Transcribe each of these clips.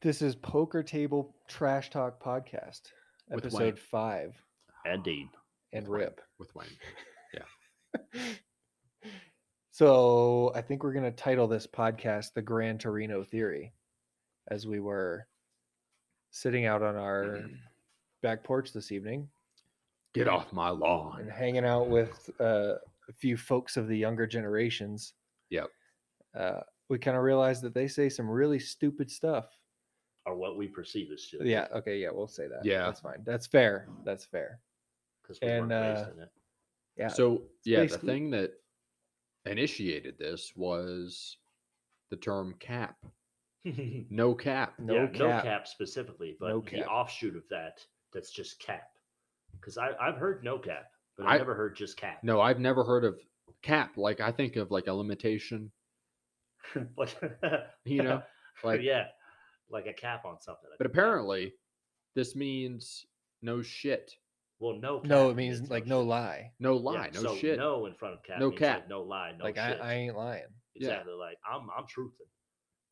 This is Poker Table Trash Talk Podcast, With Wayne. episode five, and Dean. and With Wayne. Rip. um, with Wayne. So I think we're going to title this podcast The Gran Torino Theory, as we were sitting out on our Mm-hmm. back porch this evening Get off my and lawn. hanging out with uh, a few folks of the younger generations. Yep. Uh, we kind of realized that they say some really stupid stuff. Or what we perceive as stupid. Yeah. Okay. Yeah. We'll say that. Yeah. That's fine. That's fair. That's fair. Because we And, weren't raised uh, in it. Yeah. So yeah, the basically- thing that initiated this was the term cap. No cap. no yeah, no cap. cap specifically, but No the cap. offshoot of that, that's just cap. Because I've heard no cap, but I've I- never heard just cap. No, I've never heard of cap. Like I think of like a limitation, but, you know? Like yeah, like a cap on something. I but think that- apparently this means no shit. well, no. Cap No, it means like no shit. lie. No Yeah, lie, no so shit. No in front of cap. No means, like, cap. no lie. No like I, shit. I ain't lying. Yeah. exactly. Like I'm, I'm truthing.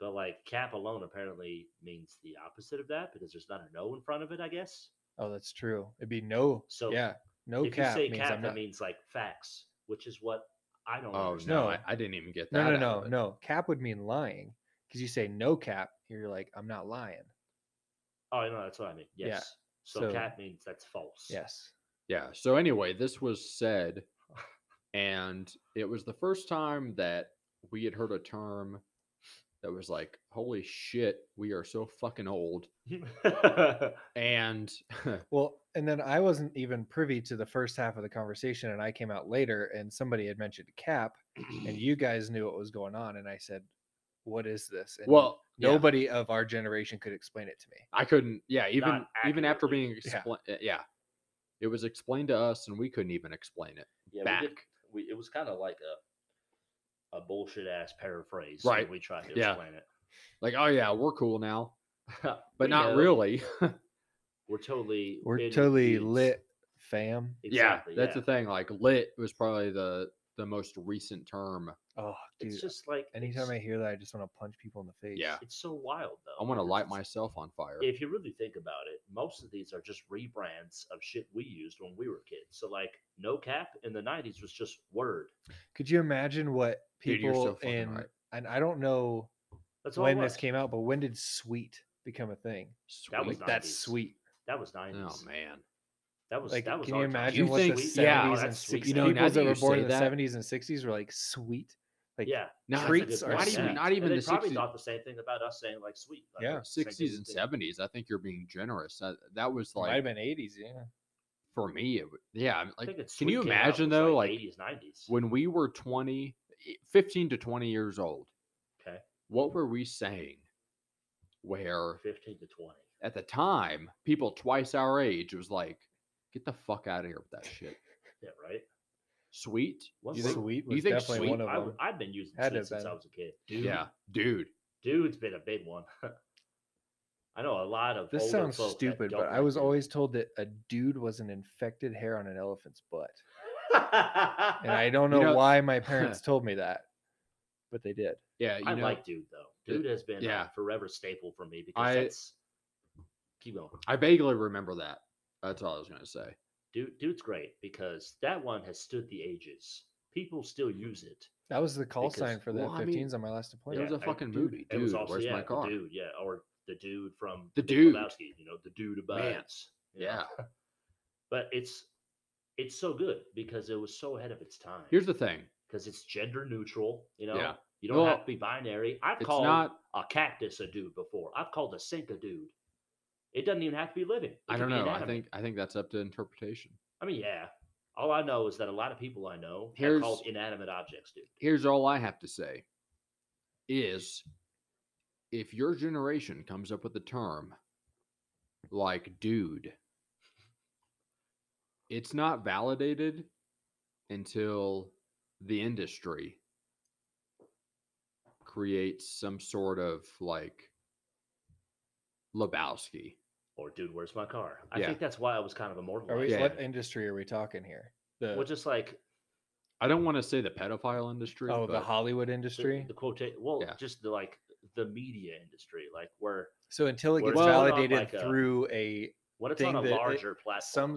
But like cap alone apparently means the opposite of that because there's not a no in front of it, I guess. Oh, that's true. It'd be no. So yeah. No if cap you say means cap, I'm that not. means like facts, which is what I don't Oh understand. no, No. I, I didn't even get that. No, no, out no, of it. no. Cap would mean lying because you say no cap. You're like, I'm not lying. Oh no, that's what I mean. Yeah, Yes. So, so- cap means that's false. Yes. Yeah. So anyway, this was said, and it was the first time that we had heard a term that was like, "Holy shit, we are so fucking old." And Well, and then I wasn't even privy to the first half of the conversation, and I came out later, and somebody had mentioned cap, and you guys knew what was going on, and I said, "What is this?" And well, yeah, nobody of our generation could explain it to me. I couldn't. Yeah, even Not even after accurately. being Yeah. explained, yeah. it was explained to us, and we couldn't even explain it yeah, back. We did, we, it was kind of like a a bullshit ass paraphrase. Right. When we tried to Yeah. explain it, Like, oh yeah, we're cool now, but We not know. really. We're totally. We're in totally dudes. lit, fam. Exactly. yeah, that's the thing. Like, lit was probably the the most recent term. Oh, dude. It's just like anytime it's, I hear that, I just want to punch people in the face. Yeah. It's so wild though. I want to because light it's- myself on fire. if you really think about it, most of these are just rebrands of shit we used when we were kids. So like no cap in the nineties was just word. Could you imagine what Dude, you're so people fucking in right. and I don't know That's all it when this was. came out, but when did sweet become a thing? That was Sweet. Like that's 90s. sweet. That was Oh nineties. man. that was Like that was can you our time. imagine You what think- the sweet- seventies yeah, oh, and that's sweet sixties you now know, that people that you were born say in the that. seventies and sixties were like sweet. Like yeah. Now that's a treats good are point, sweet. yeah. Not even and they the probably 60s. thought the same thing about us saying like sweet. Like, Yeah. or same thing Sixties we and think. seventies. I think you're being generous. That, that was it might have like been eighties, yeah. for me. It, wa- yeah. I'm I Like, think it's can sweet you came out imagine was, though? Like eighties, nineties. when we were 20, i- 15 to twenty years old. Okay. What were we saying? Where Fifteen to twenty. at the time people twice our age was like, get the fuck out of here with that shit. Yeah, right. Sweet. What's You wrong? think- sweet you was think definitely sweet? one of I, them. w- I've been using Had to sweet have since I been. was a kid. Dude, Yeah, dude. dude's been a big one. I know a lot of. this older sounds folk that stupid, don't but I like was dude. always told that a dude was an infected hair on an elephant's butt. And I don't You know, know- why my parents told me that, but they did. Yeah, you I know, like dude though. the- Dude has been a yeah. forever staple for me because I- that's keep going. I vaguely remember that. That's all I was gonna say. Dude, dude's great because that one has stood the ages. People still use it. That was the call Because- sign for the well, I mean, 15s on my last It deployment. was a I- fucking dude, movie, it was dude, also Where's yeah, My the Car? dude, yeah, or the dude from The Big dude. Lebowski, you know, the dude Man, abides. you know? but it's it's so good because it was so ahead of its time. Here's the thing. because it's gender neutral. You know, Yeah. you don't Well, have to be binary. I've It's called not. a cactus a dude before. I've called a sink a dude. It doesn't even have to be living. It I can don't be know. I inanimate. think I think that's up to interpretation. I mean, yeah. All I know is that a lot of people I know have Here's- called inanimate objects dude. Here's all I have to say: is if your generation comes up with a term like "dude," it's not validated until the industry creates some sort of like Lebowski. or dude, where's my car? I Yeah. think that's why I was kind of Are immortalized. we, Yeah. What industry are we talking here? The Well, just like I don't want to say the pedophile industry. oh, the but- Hollywood the, industry. the quotation. Well, Yeah. just the like the media industry, like where So until it Well, gets it's not validated like a- through a what it's Thing on a that it- larger platform,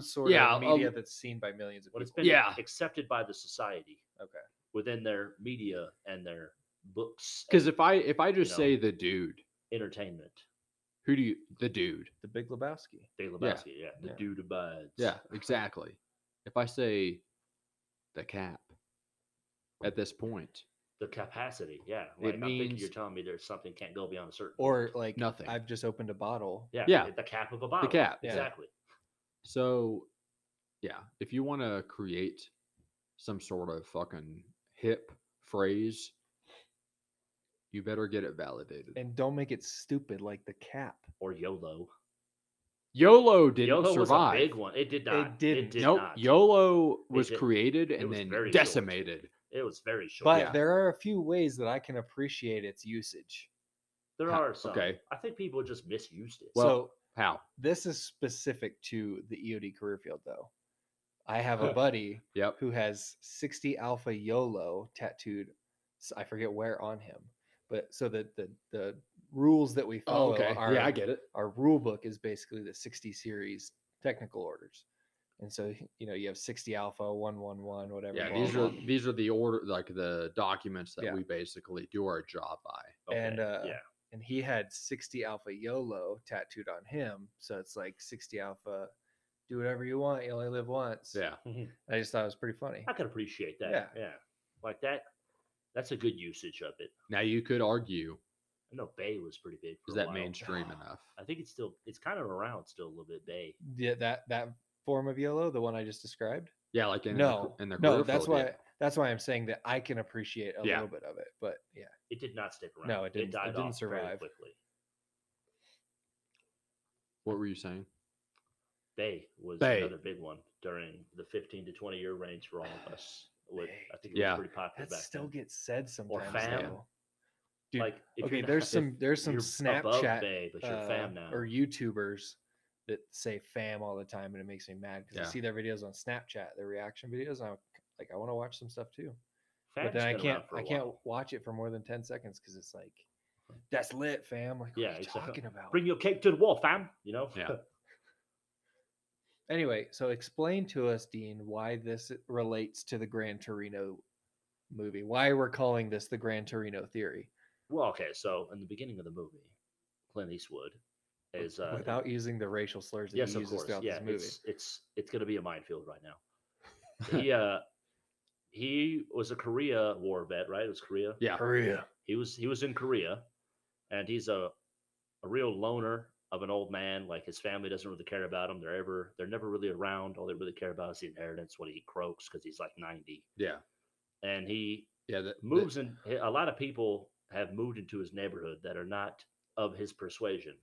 some sort Yeah, of media um, that's seen by millions of what it's people. been Yeah. accepted by the society, Okay. within their media and their books, Because and if I if I just know. say the dude, entertainment, who do you the dude? the Big Lebowski. Big Yeah. Lebowski, yeah, the Yeah. dude abides, Yeah, exactly. If I say the cap at this point, the capacity, yeah. It Like, I'm thinking you're means- telling me there's something can't go beyond a certain, Or like Nothing. I've just opened a bottle. yeah, yeah. at the cap of a bottle, cap, yeah. exactly. so yeah, if you want to create some sort of fucking hip phrase, you better get it validated. And don't make it stupid like the cap. Or YOLO. YOLO didn't YOLO was a survive. big one. It did not. It, didn't. did nope, not. YOLO was didn't. created and was then very short. decimated. It was very short. But Yeah. there are a few ways that I can appreciate its usage. There Ha- are some. okay. I think people just misused it. Well- so How? this is specific to the EOD career field though. I have a buddy Yep. who has 60 alpha YOLO tattooed. s- I forget where on him, but so that the the rules that we follow are Oh, yeah, I get it. our rule book is basically the 60 series technical orders. And so, you know, you have 60 alpha, 111, whatever. Yeah, blah, these blah, are blah. these are the order like the documents that Yeah. we basically do our job by. and, uh, yeah, And he had 60 alpha YOLO tattooed on him. So it's like 60 alpha, do whatever you want. You only live once. Yeah. I just thought it was pretty funny. I can appreciate that. Yeah. Yeah. Like that. That's a good usage of it. Now you could argue I know Bay was pretty big. For is a that while. mainstream enough? I think it's still it's kind of around still a little bit. Bay. Yeah, that, that form of YOLO, the one I just described. Yeah, like in no, the, in the no, career that's field, why, yeah. that's why I'm saying that I can appreciate a Yeah. little bit of it, but yeah. It did not stick around. No, it didn't- it died didn't off very survive. quickly. What were you saying? Bay was Bay. another big one during the 15 to 20 year range for all of us. What- I think it Yeah. was pretty popular That back still then. gets said sometimes. fam. though. Dude, like if you're okay, not- there's if some there's some you're above Snapchat Bay, but you're uh, fam now. or YouTubers that say fam all the time, and it makes me mad because Yeah. I see their videos on Snapchat, their reaction videos, and I'm like, I want to watch some stuff too, Fam's but then I been around can't for a I can't while. watch it for more than ten seconds because it's like, that's lit, fam. Like, what Yeah, are you exactly. talking about? Bring your cake to the wall, fam. You know. Yeah. anyway, so explain to us, Dean, why this relates to the Gran Torino movie. Why we're calling this the Gran Torino theory Well, okay, so in the beginning of the movie, Clint Eastwood is uh, without using the racial slurs that yes, he of uses course, throughout yeah, this movie. it's it's it's gonna be a minefield right now. He uh, he was a Korea war vet, right? It was Korea. Yeah. Korea. He was he was in Korea, and he's a a real loner of an old man. Like his family doesn't really care about him. They're ever they're never really around. All they really care about is the inheritance when he croaks because he's like ninety, Yeah. and he Yeah. That, moves in eh, a lot of people have moved into his neighborhood that are not of his persuasion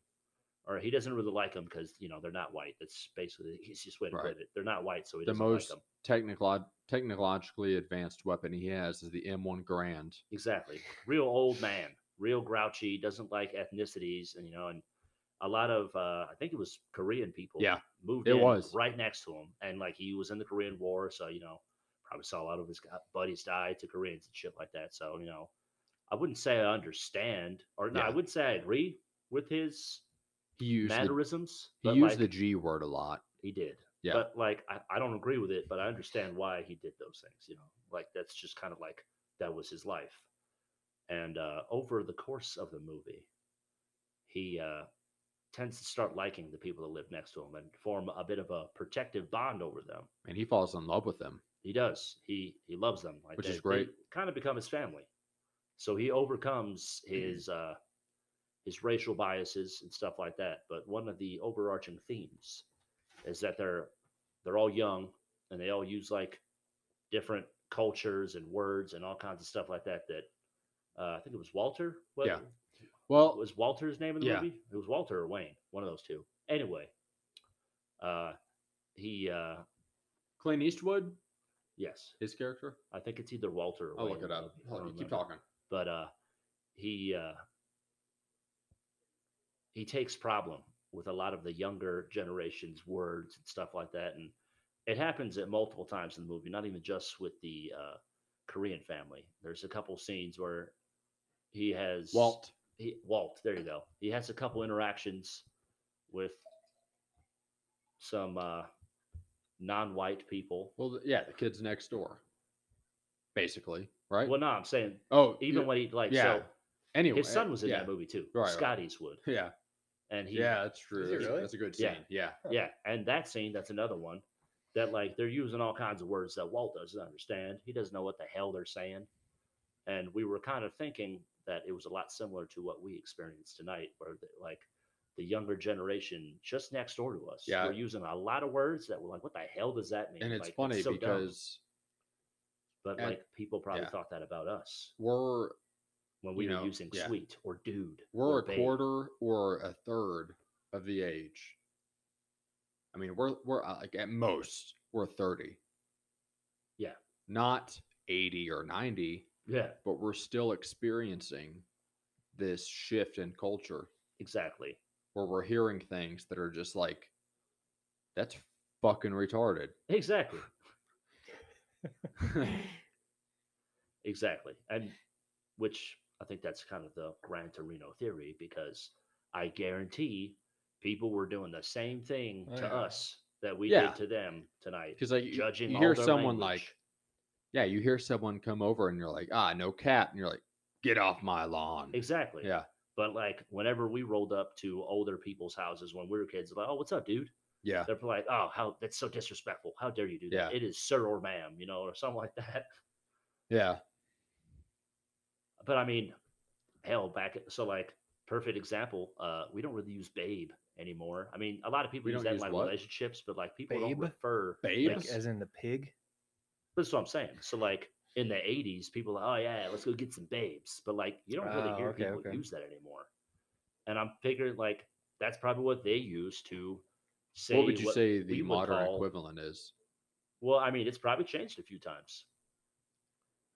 or he doesn't really like them because you know they're not white that's basically the easiest way to Right. put it they're not white so he The doesn't like most- them technolog- technologically advanced weapon he has is the M1 Grand. exactly real old man real grouchy doesn't like ethnicities and you know and a lot of uh, i think it was korean people Yeah, moved it in was. right next to him and like he was in the korean war so you know probably saw a lot of his gu- buddies die to koreans and shit like that so you know i wouldn't say i understand or no i Yeah. wouldn't say i agree with his He used the, mannerisms he but, used like, the G word a lot. he did Yeah. but like I, I don't agree with it but i understand why he did those things you know like that's just kind of like that was his life and uh over the course of the movie he uh tends to start liking the people that live next to him and form a bit of a protective bond over them and he falls in love with them. he does he he loves them like Which is great. kind of become his family so he overcomes Mm-hmm. his uh his racial biases and stuff like that but one of the overarching themes is that they're they're all young and they all use like different cultures and words and all kinds of stuff like that that uh, i think it was walter was Yeah. it? Well, was Walter's name in the Yeah. movie? It was Walter or Wayne, one of those two. Anyway, uh, he uh, Clint Eastwood, yes, his character. I think it's either Walter. Or I'll Wayne look in it the up. movie, I Hold on, don't you keep remember. talking. But uh, he uh, he takes problem with a lot of the younger generation's words and stuff like that, and it happens at multiple times in the movie. Not even just with the uh, Korean family. There's a couple scenes where he has Walt. he Walt. There you go. He has a couple interactions with some uh, non-white people. Well, th- yeah, the kids next door, basically, right? Well, no, I'm saying oh, even yeah, when he like yeah. so anyway, his son was in yeah, that movie too, Right, right. Scott Eastwood, Yeah, and he yeah, that's true. he That's, really? that's a good scene. Yeah. Yeah, Yeah, and that scene, that's another one that like they're using all kinds of words that Walt doesn't understand. He doesn't know what the hell they're saying. And we were kind of thinking that it was a lot similar to what we experienced tonight, where the, like the younger generation just next door to us, Yeah. we're using a lot of words that were like, "What the hell does that mean?" and it's like, funny so dumb. because but and- like people probably yeah. thought that about us we're when we You were know, using yeah. "sweet" or "dude." we're or a "babe." quarter or a third of the age. I mean, we're we're uh, like at most we're thirty. Yeah. not eighty or ninety, Yeah, but we're still experiencing this shift in culture exactly. where we're hearing things that are just like, that's fucking retarded. Exactly. Exactly. And which I think that's kind of the Gran Torino theory because I guarantee people were doing the same thing Oh, to yeah. us that we Yeah. did to them tonight. Because like you- Judging you all hear their someone like, language. yeah, you hear someone come over and you're like, ah, no cat, and you're like, get off my lawn. Exactly. Yeah, But like whenever we rolled up to older people's houses when we were kids, like, oh, what's up, dude? yeah, They're like, oh, how that's so disrespectful. How dare you do that? It is sir or ma'am, you know, or something like that. yeah, But I mean, hell, back so like perfect example. Uh, we don't really use babe anymore. I mean, a lot of people We use don't that in use like what? relationships, but like people Babe? don't refer. babe. Like, as in the pig. That's what I'm saying. So like in the '80s, people, oh yeah, let's go get some babes. But like you don't Oh, really Ah, hear okay, people okay. use that anymore. And I'm figuring like that's probably what they use to say. what would you say the we would modern call- equivalent is? Well, I mean, it's probably changed a few times.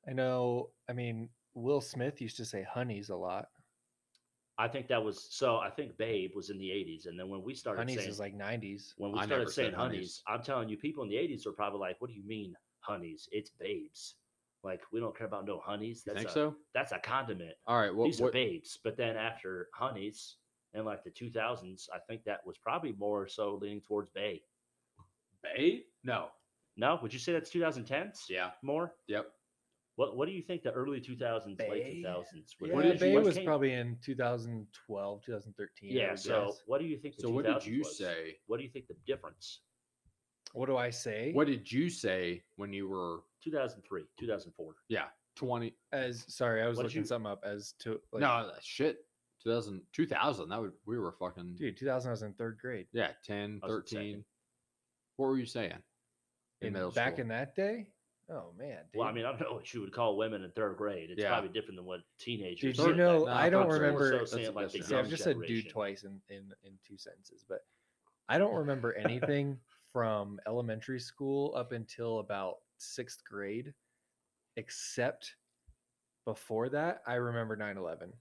I know. I mean, Will Smith used to say honeys a lot. I think that was so. I think babe was in the '80s, and then when we started Honeys saying is like nineties. when we I never started said saying honeys. honeys, I'm telling you, people in the 80s are probably like, "What do you mean honeys? It's babes. Like we don't care about no honeys. You That's think a so? that's a condiment. All right. What, These are what babes." But then after honeys and like the 2000s, I think that was probably more so leaning towards bay. babe? No. No, would you say that's 2010s? Yeah. more. Yep. What What do you think the early 2000s, Bay? late 2000s? Yeah, would- what did Bay you- what was came- probably in 2012, 2013. I yeah. would So guess. what do you think? The So what did 2000s you was? say? What do you think the difference? what do I say? What did you say when you were 2003, 2004. twenty? as sorry, I was what did looking you- something up as to like, no shit. 2000, 2000, That would we were fucking dude, 2000 I was in third grade. yeah 10, I was in second. 13. What were you saying in, In- middle back school? in that day. Oh man, dude. Well, I mean, I don't know what you would call women in third grade. It's Yeah. probably different than what teenagers. Did you know- I don't remember- So That's a saying, like, good the shout. See, I've young just said dude generation. twice in, in in two sentences, but I don't remember anything from elementary school up until about sixth grade, except before that, I remember 9-11.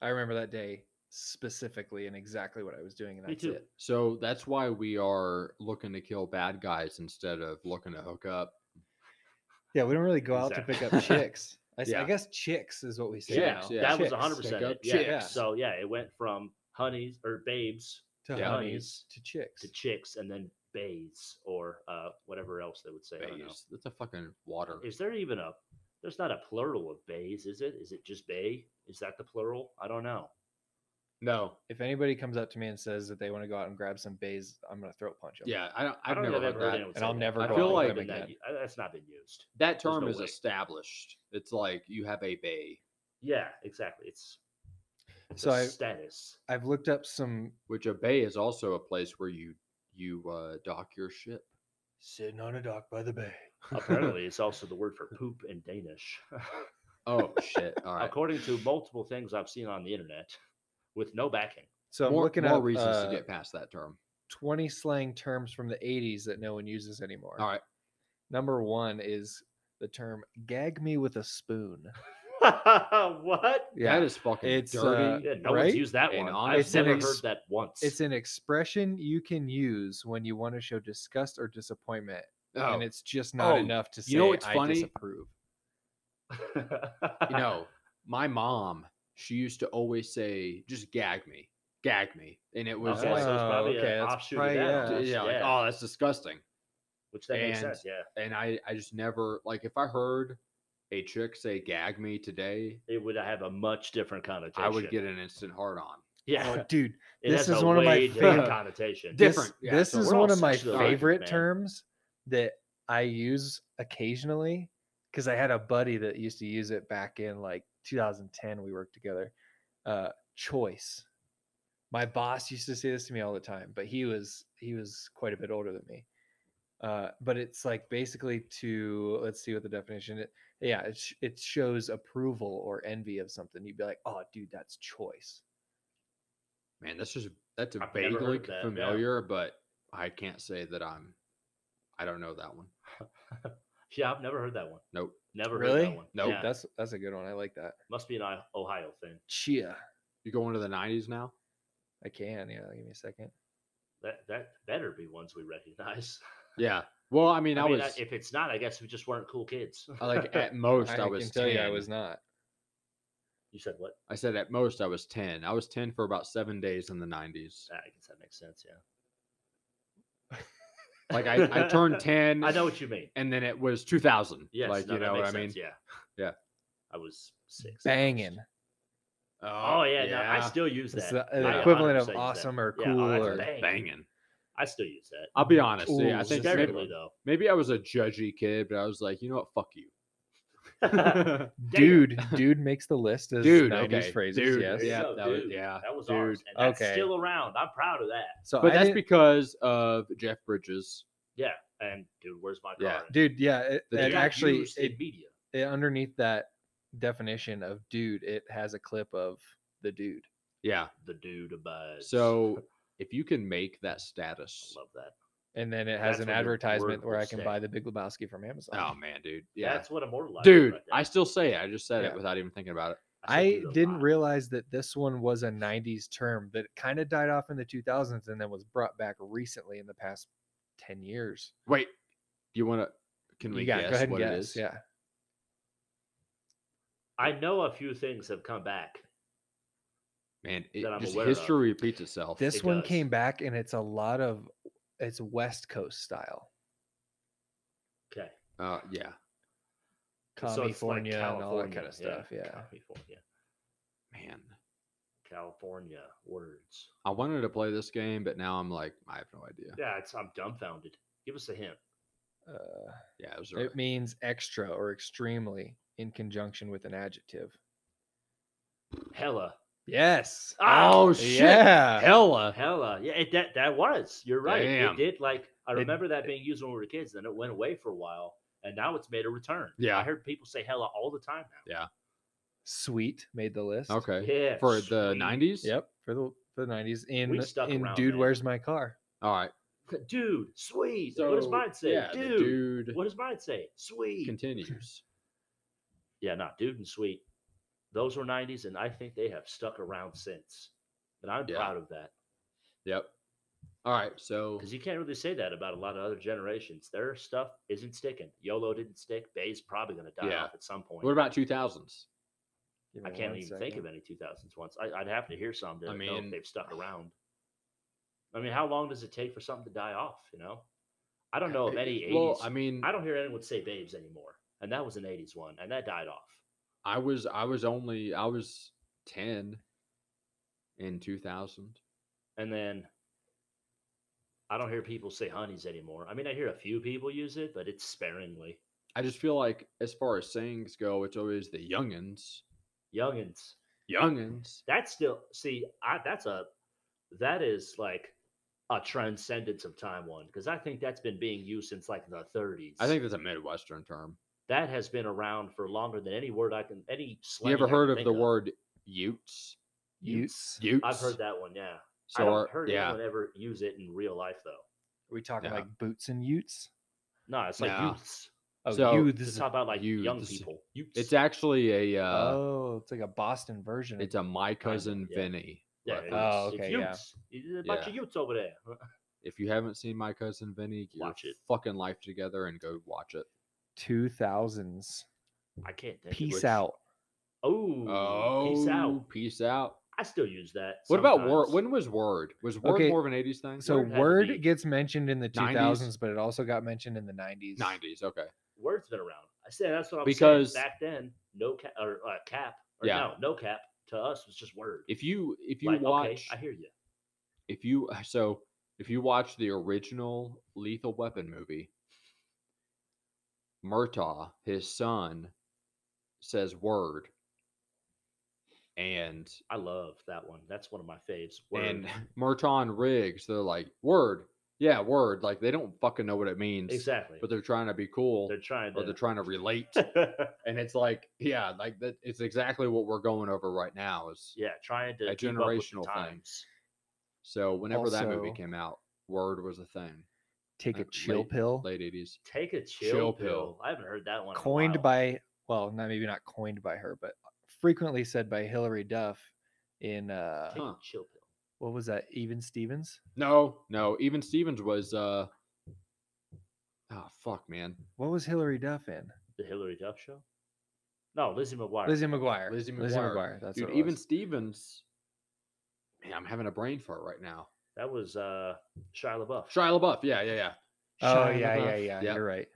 I remember that day specifically and exactly what I was doing, and Me that's too. it. So that's why we are looking to kill bad guys instead of looking to hook up. Yeah, we don't really go out to Exactly. pick up chicks. I, s- I Yeah. guess chicks is what we say. Chicks, now. yeah. That was Chicks 100 Pick percent. up Yeah. chicks. So yeah, it went from honeys or babes to Yeah. honeys Honeys to chicks. to chicks, and then bays or uh, whatever else they would say. I don't know. Bays. That's a fucking water. Is there even a? There's not a plural of bays, is it? Is it just bay? Is that the plural? I don't know. No. If anybody comes up to me and says that they want to go out and grab some bays, I'm gonna throat punch them. Yeah, I don't, I I've don't know never if I've heard that. anyone and say I'll that. never I don't feel think like I've been that- that- uh, that's not been used. That There's term no is way. established. It's like you have a bay, Yeah, exactly. It's, it's So a I, status. I've looked up some which a bay is also a place where you you uh, dock your ship. sitting on a dock by the bay. Apparently, it's also the word for poop in Danish. oh shit! All right, According to multiple things I've seen on the internet with no backing. So I'm more, looking more up reasons uh, to get past that term. 20 slang terms from the 80s that no one uses anymore. All right, Number one is the term "gag me with a spoon." what? Yeah, that is fucking it's, uh, dirty. Yeah, no Right? one's used that Uh, And one. on- I've It's an never ex- heard that once. it's an expression you can use when you want to show disgust or disappointment, oh, and it's just not Oh, enough to say you know what's I funny? disapprove. you know, my mom she used to always say, "Just gag me, gag me," and it was Okay, so like, it's Oh, probably okay, an that's offshoot probably- of that. yeah. almost, yeah, like, yeah, oh, that's disgusting. which that makes and- sense. Yeah, And I, I just never like if I heard a chick say "gag me" today, it would have a much different connotation. I would get an instant hard on. yeah. Oh, dude, It This has is a one of my way different favorite- connotation. this- Different, yeah, This, so is we're all one of my sexually oriented, favorite man. terms that I use occasionally because I had a buddy that used to use it back in like 2010. We worked together. Uh, choice. My boss used to say this to me all the time, but he was he was quite a bit older than me. Uh, but it's like basically to let's see what the definition. It, yeah, it, sh- it shows approval or envy of something. You'd be like, "Oh, dude, that's choice." Man, that's just that's a I've never heard vaguely of that, yeah. familiar, but I can't say that I'm. I don't know that one. Yeah, I've never heard that one. Nope. Never heard Really? that one. Nope. Yeah, That's that's a good one. I like that. must be an I- Ohio thing. Chia. You go into the '90s now. I can. Yeah, give me a second. That that better be ones we recognize. Yeah. Well, I mean, I, I mean, I- was if it's not, I guess we just weren't cool kids. I, like at most I, I, was can tell you, I 10. was not. you said what? I said at most I was 10. I was 10 for about seven days in the 90s. Ah, I guess that makes sense. Yeah, Like I, I turned 10. I know what you mean. And then it was 2000. Yes, like, no, you that know what I makes mean? sense, Yeah, Yeah. I was six. at most. Banging. Oh yeah, no, I still use It's that. the, I the equivalent 100% use of that. awesome or Yeah, cool oh, that's or banging. banging. I still use that. I'll be honest. Ooh, yeah, I think that's a maybe, good Stereotypically though, maybe I was a judgy kid, but I was like, you know what? Fuck you. dude. dude makes the list as Dude, 90s okay, phrases. dude, yes. yeah. yeah, that was- dude, yeah, that was dude, ours, and that's okay. still around. I'm proud of that. So But I that's didn't- because of Jeff Bridges. Yeah, and dude, where's my car? Yeah, dude. Yeah. It, The and dude got actually, used in it, media. it- underneath that definition of dude, it has a clip of the dude. Yeah. The dude abides. So if you can make that status. I love that. And then it has an That's what the advertisement word where would I can say. buy the Big Lebowski from Amazon. Oh, man, dude. Yeah. That's what immortalized. dude, right there. I still say it. I just said Yeah. it without even thinking about it. still I do it a didn't lot. realize that this one was a 90s term that kind of died off in the 2000s and then was brought back recently in the past 10 years. Wait, do you want to? Can You we got- guess go ahead and what guess. it is? Yeah. I know a few things have come back. man, it, that I'm just aware of. history repeats itself. This It one does. came back and it's a lot of it's West Coast style. Okay, uh, yeah, so it's like California and all that kind California, of stuff. Yeah. California, man, California words. I wanted to play this game, but now I'm like, I have no idea. Yeah, it's, I'm dumbfounded. Give us a hint. Uh, Yeah, it was it early. means extra or extremely in conjunction with an adjective. Hella, Ah! Yes. oh shit, Yeah. hella. hella. Yeah, it, that that was. You're right. Damn. It did. Like I It- remember that being used when we were kids. Then it went away for a while, and now it's made a return. I Yeah. heard people say hella all the time Sweet made the list. now. Okay, Yeah, for the sweet. '90s. Yep. For the for the 90s in We stuck in around, Dude man. Where's My Car? All right. dude, sweet. what does So, mine say? yeah, the dude. dude What does mine say? Sweet. continues. yeah, not dude and sweet. Those were '90s, and I think they have stuck around since. And I'm Yeah. proud of that Yep. All right. So because you can't really say that about a lot of other generations. Their stuff isn't sticking. YOLO didn't stick. Bay's probably going to die Yeah. off at some point. what about 2000s? Give I me can't one even think second. of any 2000s ones. I, I'd have to hear some to I know mean- if they've stuck around. I mean, how long does it take for something to die off? You know, I don't know of any 80s. Well, I, I mean, don't hear anyone say babes anymore, and that was an 80s one, and that died off. I was I was only I was 10 in 2000. And then I don't hear people say honeys anymore. I mean, I hear a few people use it, but it's sparingly. I just feel like as far as sayings go, it's always the youngins, Youngins, youngins. that's still see, I that's a that is like a transcendence of time one because I think that's been being used since like the 30s. I think that's a Midwestern term. that has been around for longer than any word I can any slang. you ever I can heard of think the word Utes? Utes. Utes. I've heard that one. Yeah, So I are- don't heard yeah, anyone ever use it in real life though. Are we talking Yeah. like boots and utes? No, it's like Nah. youths. Oh, So, Just youths. talk about like young youths. people. Youths. it's actually a uh, oh, it's like a Boston version. of- it's a my cousin yeah. Vinny. yeah, reference. it's, Oh, it's okay, yeah. youths. It's a bunch of youths over there. If you haven't seen my cousin Vinny, get Watch your it. fucking life together and go watch it. 2000s. I can't think. of Peace which- out. Oh, peace out. Oh, Peace out. I still use that. What about Word? sometimes. When was Word? Was Word Okay, more of an 80s thing? So Word had to Word be gets mentioned in the 90s. 2000s, but it also got mentioned in the 90s. 90s, okay. Word's been around. I said that's what I'm Because- saying. Back then, no cap or uh, cap or Yeah. no, no cap to us was just word. If you if you Like, okay, watch I hear you. if you uh, so if you watch the original Lethal Weapon movie, Murtaugh, his son, says word. And I love that one. That's one of my faves. Word. and Murtaugh and Riggs, they're like, word. Yeah, word. Like they don't fucking know what it means. exactly. But they're trying to be cool. they're trying or they're to. trying to relate. and it's like, yeah, like that it's exactly what we're going over right now is yeah, trying to A keep up with the generational thing. times. so whenever that movie Also- came out, word was a thing. Take a Uh, chill late- pill. Late eighties. Take a chill, Chill pill. pill. I haven't heard that one. in a coined while. by well not maybe not coined by her but frequently said by hillary duff in uh Take Huh. a chill pill. what was that even stevens No, no. Even Stevens was uh oh fuck man. what was hillary duff in The Hillary Duff show. No, Lizzie McGuire. lizzie mcguire Lizzie McGuire. mcguire that's Dude, what it even was. Stevens. Man, I'm having a brain fart right now. That was uh, Shia LaBeouf. Shia LaBeouf, yeah, yeah, yeah. oh Shia yeah yeah LaBeouf, yeah yep. you're right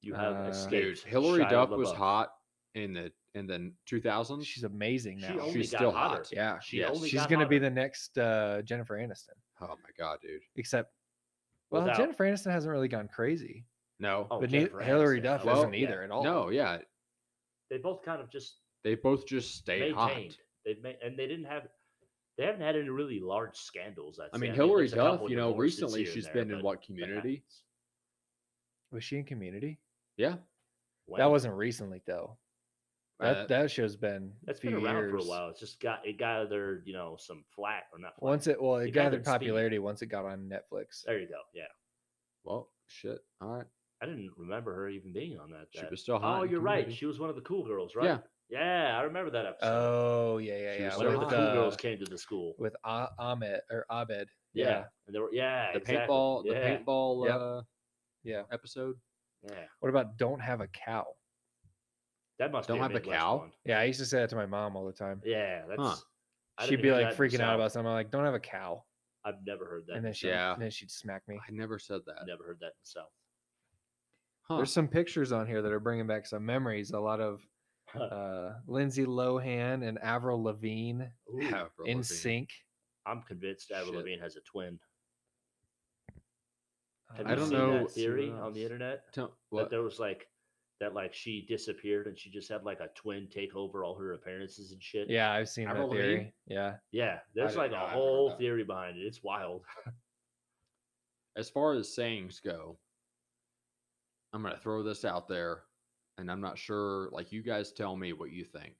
you have Uh, Dude, escaped. Hillary Shia Duff was LaBeouf. hot in the in the 2000s. she's amazing She now only She's got still hotter. hot. yeah She Yes. only she's got gonna be hotter. the next uh jennifer aniston Oh my god, dude. except well Without- jennifer aniston hasn't really gone crazy No. Oh, but nei- Jennifer hillary Aniston. duff Well, isn't yeah. either at all No, yeah. They both kind of just They both just stayed hot. maintained. They've made, and they didn't have. They haven't had any really large scandals. I'd I say. mean, there's Hillary a Duff, couple you know, divorces recently here and she's there, been in but uh, what that community? happens. was she in community Yeah. that When? wasn't recently though that Uh, that show's been a That's been few around for a years. while. It's just got it gathered, you know, some flack or not. Flack. Once it well, It it gathered gathered speed. popularity once it got on Netflix. there you go. Yeah, Well, shit. All right. I didn't remember her even being on that. She that- was still hot. Oh, in you're right. Community. She was one of the cool girls, right? Yeah. Yeah, I remember that episode. Oh yeah, yeah, She yeah. was so Whenever the with cool uh, girls came to the school. with Ah- Ahmed or Abed. Yeah. Yeah. And they were yeah, the exactly. paintball, Yeah. the paintball Yep. uh, Yeah. episode. yeah. What about don't have a cow? That must Don't be have a Midwest cow? one. Yeah, I used to say that to my mom all the time. Yeah, that's. I She'd didn't be hear like that in the freaking out about South. something. I'm like, don't have a cow, I've never heard that. and then she Yeah. and then she'd smack me. I never said that. I've never heard that in the South. Huh. There's some pictures on here that are bringing back some memories. A lot of uh, Lindsay Lohan and Avril Lavigne Ooh, Avril in Lavigne. sync. I'm convinced Avril Shit. Lavigne has a twin. Have I you don't seen know that what theory on else. the internet Tell- that what? there was like that like she disappeared and she just had like a twin take over all her appearances and shit. Yeah, I've seen Avril that Lavigne? theory. Yeah, yeah. There's didn't like know. a I've heard whole that. theory behind it. It's wild. As far as sayings go, I'm gonna throw this out there, and I'm not sure. Like you guys, tell me what you think.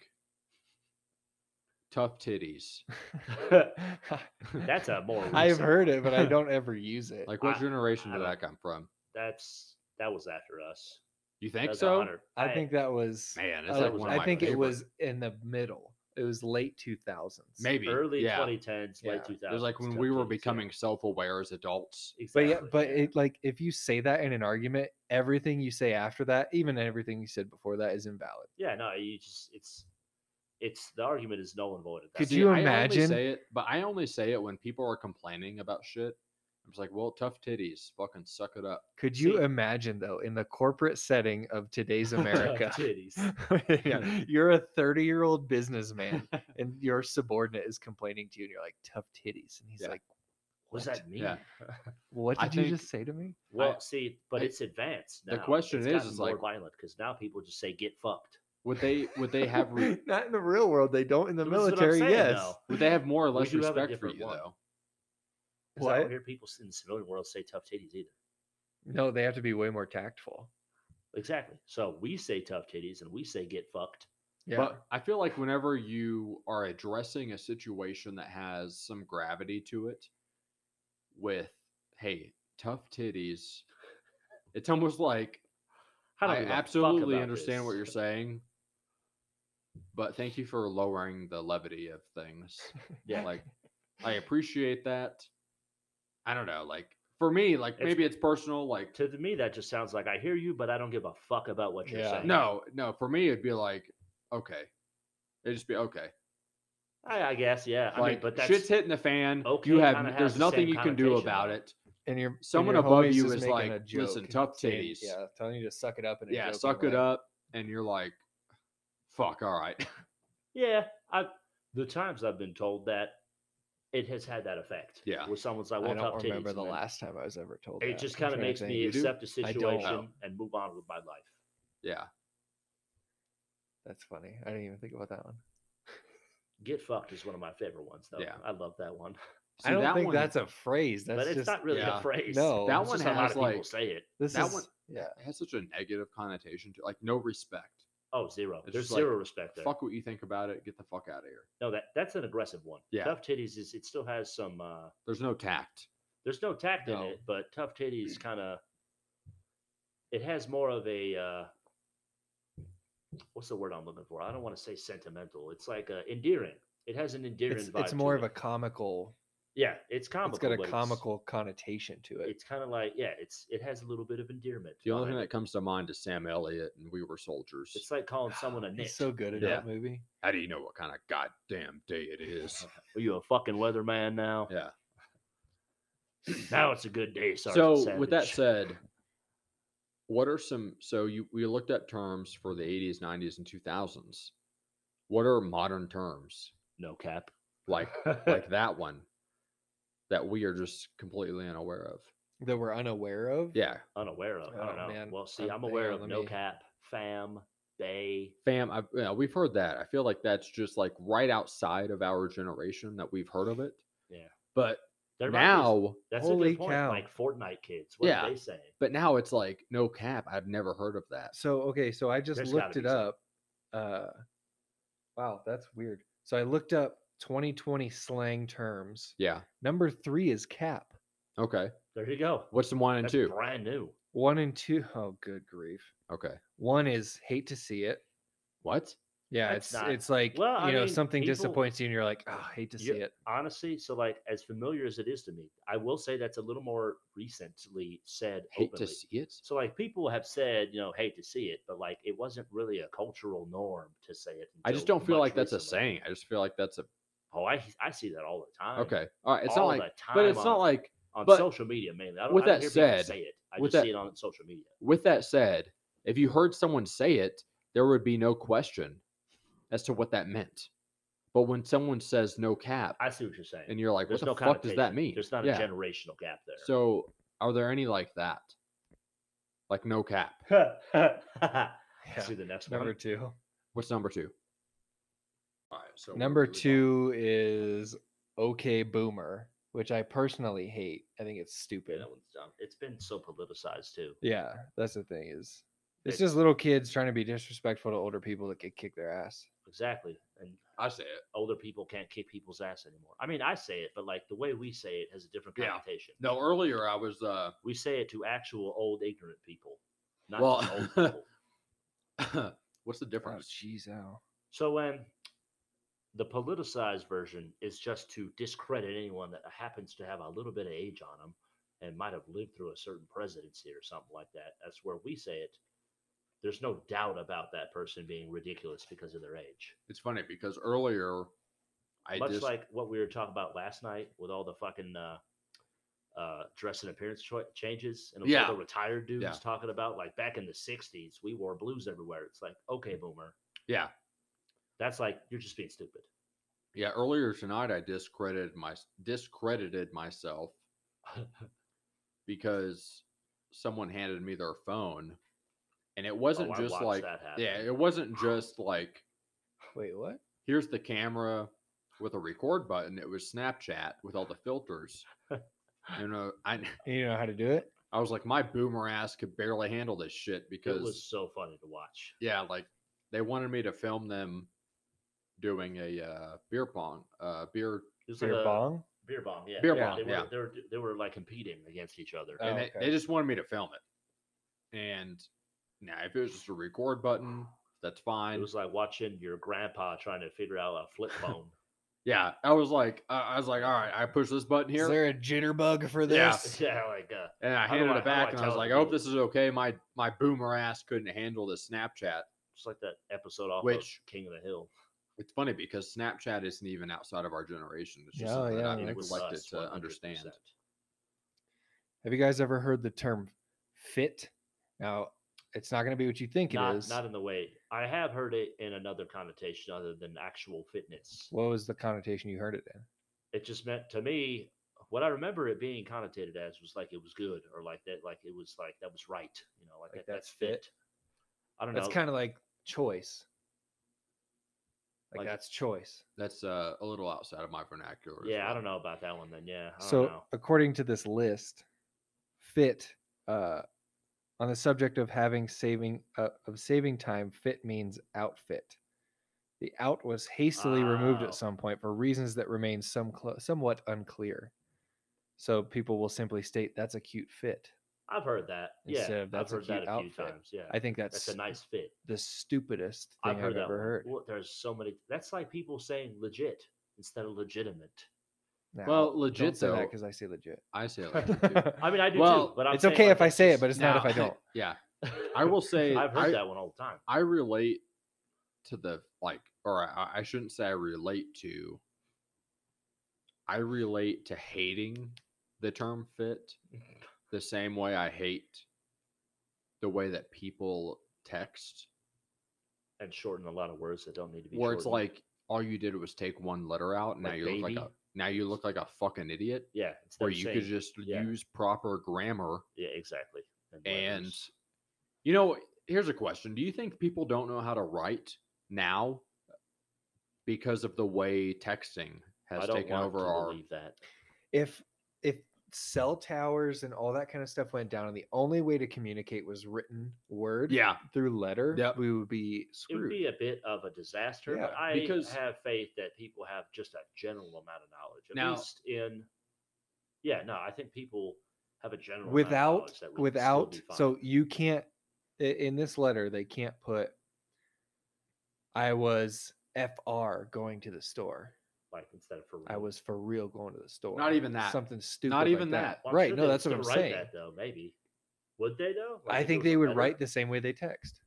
Tough titties. That's a more. I've recent heard one. it, but I don't ever use it. Like what I- generation I did don't- that come from? That's that was after us. You think That's a so? hundred- I think that was Man, it's I, like was one I of my think it favorite- was in the middle. It was late 2000s. maybe early yeah. 2010s, Yeah. late It 2000s. It was like when Tough we were Titties, yeah. becoming self-aware as adults. But Exactly. yeah, but it like if you say that in an argument, everything you say after that, even everything you said before that is invalid. yeah, no, you just it's it's the argument is null and void. At that Could See, you I only imagine- say it, but I only say it when people are complaining about shit. I'm just like, well, tough titties, fucking suck it up. Could you See- imagine though in the corporate setting of today's America? Titties. Yeah, you're a 30 year old businessman and your subordinate is complaining to you and you're like tough titties and he's Yeah. like What does What? that mean? Yeah. what I did you think- just say to me Well, I- see, but I- it's advanced. the now. question It's is, gotten is more like- violent because now people just say get fucked. Would they? Would they have? Re- not in the real world they don't in the This is what I'm military saying, yes though, would they have more or We less do have a respect for different you one. though? 'cause I What? don't hear people s- in the civilian world say tough titties either. no they have to be way more tactful Exactly. So we say tough titties and we say get fucked. yeah But I feel like whenever you are addressing a situation that has some gravity to it, with hey, tough titties, it's almost like don't I give a fuck absolutely about understand what this. you're saying, but thank you for lowering the levity of things. Yeah. Like, I appreciate that. I don't know. Like, for me, like, It's- maybe it's personal. Like, To me, that just sounds like I hear you, but I don't give a fuck about what you're Yeah. saying. no, no, for me, it'd be like, okay. It'd just be okay. I, I guess, yeah. I like mean, but that's shit's hitting the fan. okay, you it have kinda has there's the nothing same you can do connotation, about though. it. and your and Someone your above homies you just is making like, a joke, "Listen, tough saying- titties." Yeah, telling you to suck it up and Yeah, suck it up, and you're like, fuck, all right. Yeah, I the times I've been told that it has had that effect. Yeah. where someone's like, I "Well, don't tough titties," remember the and then last time I was ever told. It that. just I'm kind trying of to makes think. me You do? accept a I don't. situation and move on with my life. Yeah. That's funny. I didn't even think about that one. Get fucked is one of my favorite ones, though. Yeah. I love that one, I See, don't that think one- that's a phrase. That's but it's just not really yeah. a phrase. no. That It's one just a lot has, of people like- say it. This that is one- yeah. it has such a negative connotation to like no respect. Oh, zero. It's There's just like, zero respect there. Fuck what you think about it. Get the fuck out of here. No, that that's an aggressive one. Yeah. Tough titties is it still has some. uh There's no tact. There's no tact in No. it, but tough Mm. titties kind of. It has more of a. uh What's the word I'm looking for? I don't want to say sentimental. It's like uh, endearing. It has an endearing It's, vibe. it's more to of it. a comical. Yeah, it's comical. it's got but a comical connotation to It's, it. it's kind of like yeah, it's it has a little bit of endearment. The only behind thing it. that comes to mind is Sam Elliott and We Were Soldiers. It's like calling someone a nit. He's so good at Yeah. that movie. How do you know what kind of goddamn day it is? Are you a fucking weatherman now? Yeah. Now it's a good day, Sergeant so with that Savage. said, what are some? So you we looked at terms for the 80s, 90s, and 2000s. What are modern terms no cap. like like that one that we are just completely unaware of? That we're unaware of. Yeah, unaware of. I don't Oh, know. man, Well, see, I'm- I'm hang aware on, of let no me- cap, fam, bay. fam. I, yeah, we've heard that. I feel like that's just like right outside of our generation that we've heard of it. Yeah. but There might be s- now, that's a holy good point. cow. Like Fortnite kids, what Yeah. are they saying? but now it's like no cap. I've never heard of that. So okay, so I just There's gotta looked it be some. up. Uh, wow, that's weird. So I looked up 2020 slang terms. Yeah. Number three is cap. Okay. There you go. What's the one and That's two? brand new. One and two oh good grief. Okay. One is hate to see it. What? Yeah, That's it's not- it's like Well, I you know mean, something people- disappoints you and you're like, oh, I hate to Yeah. see it. Honestly, so like as familiar as it is to me, I will say that's a little more recently said Hate openly. to see it. So like people have said, you know, hate to see it, but like it wasn't really a cultural norm to say it. I just until don't feel much like that's a recently. saying. I just feel like that's a Oh, I I see that all the time. okay. All right. It's all not the like, time but it's on, not like on but social media mainly. I don't, with I don't that hear people said- say it. I with just see it that- on social media. with that said, if you heard someone say it, there would be no question as to what that meant. But when someone says no cap I see what you're saying. and you're like, what There's the no fuck does that connotation. mean? There's not a yeah. generational gap there. So are there any like that? Like no cap. Yeah. see the next Number one. two. What's number two? All right. So we're Number moving on. two is okay boomer, which I personally hate. I think it's Yeah, stupid. that one's dumb. um, It's been so politicized too. Yeah, that's the thing is it's It- just little kids trying to be disrespectful to older people that could kick their ass. Exactly. And I say it. older people can't kick people's ass anymore. I mean, I say it, but like the way we say it has a different Yeah. connotation. No, earlier I was uh We say it to actual old ignorant people, not Well, just old people. what's the Oh, difference? jeez, ow. So when the politicized version is just to discredit anyone that happens to have a little bit of age on them and might have lived through a certain presidency or something like that. That's where we say it. There's no doubt about that person being ridiculous because of their age. It's funny because earlier I Much just like what we were talking about last night with all the fucking uh, uh, dress and appearance choi- changes and it was all Yeah. the retired dudes Yeah. talking about like back in the 60s, we wore blues everywhere. It's like, okay, boomer. yeah. That's like, you're just being stupid. Yeah, earlier tonight I discredited my discredited myself because someone handed me their phone and it wasn't Oh, I just watched like that happen. yeah, it wasn't just like Wait, what? here's the camera with a record button. It was Snapchat with all the filters. You know, I You know how to do it? I was like my boomer ass could barely handle this shit because It was so funny to watch. yeah, like they wanted me to film them doing a uh, beer pong, uh, beer It was like Beer a- bong? Beer bomb. Yeah. Beer Yeah. pong, They were, yeah. They were they were like competing against each other. Oh, and they, okay. they just wanted me to film it. And now, if it was just a record button, that's it fine. was like watching your grandpa trying to figure out a flip phone. yeah, I was like, I I was like, all right, I push this button Is here, there a jitterbug for Yeah. this? yeah, like uh, and I how do handed I- how it do back, I and I tell was it like, "Oh, to I hope you? this is okay. My my boomer ass couldn't handle this Snapchat, It's like that episode off Which- of King of the Hill. It's funny because Snapchat isn't even outside of our generation. It's just No, something yeah, that I've it's- neglected us, to 100%. understand. Have you guys ever heard the term fit? Now, it's not going to be what you think Not, it is. not in the way I have heard it in another connotation other than actual fitness. What was the connotation you heard it in? It just meant to me what I remember it being connotated as was like it was good or like that, like it was like that was right, you know, like, Like that, that's that's fit. fit. I don't That's know. kind of like choice. Like, Like- that's choice. That's uh, a little outside of my vernacular. as yeah, I well. don't know about that one then. Yeah, I don't So, know. according to this list, fit uh, on the subject of having saving uh, of saving time, fit means outfit. The out was hastily removed Oh. at some point for reasons that remain some cl- somewhat unclear. So people will simply state that's a cute fit. I've heard that. Instead Yeah, of that's a I've heard that cute a outfit. few times. Yeah, I think that's, that's a nice fit. the stupidest thing I've I've, heard that. ever one. heard. Well, there's so many. That's like people saying legit instead of legitimate. Now, Well, legit don't say though, because I say legit. I say legit. too. I mean, I do Well, too. But I'm it's saying, okay like, if I that's say it, just- but it's not if Now- I don't. yeah, I will say I've heard I- that one all the time. I relate to the like, or I, I shouldn't say I relate to. I relate to hating the term fit the same way I hate the way that people text, And shorten a lot of words that don't need to be. where it's shortened. like all you did was take one letter out, and now Like you look like baby? a now you look like a fucking idiot. yeah, instead Where of you saying, could just yeah. use proper grammar yeah, exactly. And, and letters. you know, here's a question. Do you think people don't know how to write now because of the way texting I has don't taken want over to our believe that. if if cell towers and all that kind of stuff went down and the only way to communicate was written word Yeah. through letter Yep. we would be It would screwed be a bit of a disaster, but Yeah, I because- have faith that people have just a general amount of knowledge, at Now- least in. Yeah, no, I think people have a general amount of without knowledge that would still without be fine. so you can't i- in this letter they can't put i was fr going to the store like instead of for real. i was for real going to the store even that. something stupid Not like even that. Well, I'm right sure no they would that's what i'm still write saying That though, maybe would they though? Like, i if it think was they a would letter? write the same way they text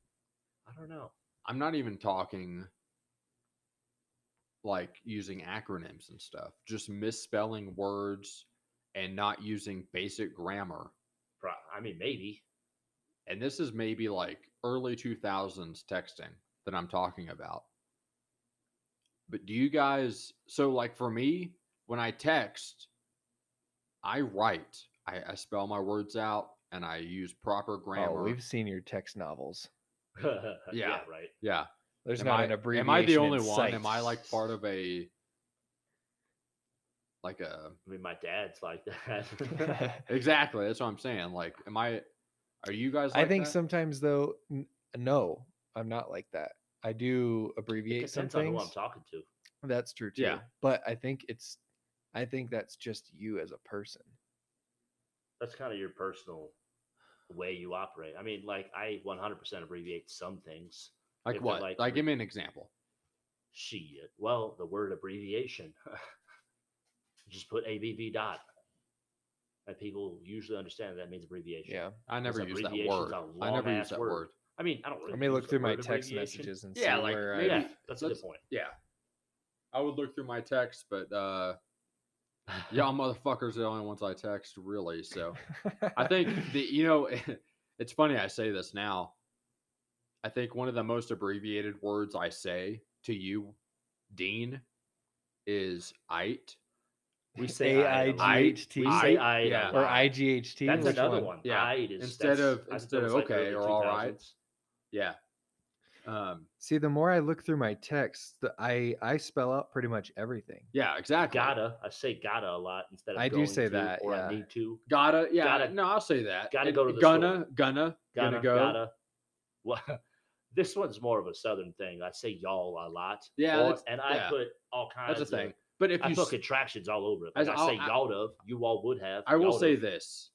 I don't know. I'm not even talking like using acronyms and stuff, just misspelling words and not using basic grammar. Pro- I mean, maybe. And this is maybe like early 2000s texting that I'm talking about. But do you guys, so like for me, when I text, I write, I, I spell my words out and I use proper grammar. oh we've seen your text novels yeah. Yeah. right. yeah. there's Am not I, an abbreviation am I the only in one? Am I sight. like part of a, like a, I mean, my dad's like that. exactly. That's what I'm saying. Like, am I, are you guys like I think that? sometimes though, n- no, I'm not like that. I do abbreviate some Depends on who I'm things. talking to. That's true too. Yeah. But I think it's, I think that's just you as a person. That's kind of your personal way you operate. I mean, like I 100% abbreviate some things. like if they're what? like Like, re- give me an example. Shit. uh, Well, the word abbreviation. Just put ABV dot. And people usually understand that means abbreviation. Yeah. I never use that abbreviation's word. a I never long-ass use that word. word. I mean, I don't really. Let me use look the through my word text abbreviation. messages and Yeah, see like, where maybe- I, Yeah, that's a good Let's- point. Yeah. I would look through my text, but uh y'all motherfuckers are the only ones I text really. So I think the you know, it's funny I say this now. I think one of the most abbreviated words I say to you, Dean, is "ite." We say I a lot. AIGHT We say I I- yeah. a or lot. IGHT. That's which another one. Yeah. I is, Instead that's- of- I think that instead was of like okay early or all right. 2000s. Yeah. Um. See, the more I look through my texts, the, I I spell out pretty much everything. Yeah. Exactly. Gotta. I say gotta a lot instead of I do going say to that, or I yeah. need to. Gotta. Yeah. Gotta- no, I'll say that. gotta And go to the store. gonna, gonna. Gonna. Gotta go. gotta. Well, this one's more of a southern thing. I say y'all a lot. Yeah, or- that's- and I yeah. put all kinds. That's a of thing. But if I you put s- contractions all over it. As Like I I'll- say I- y'all of. You all would have. I will y'all say of. this: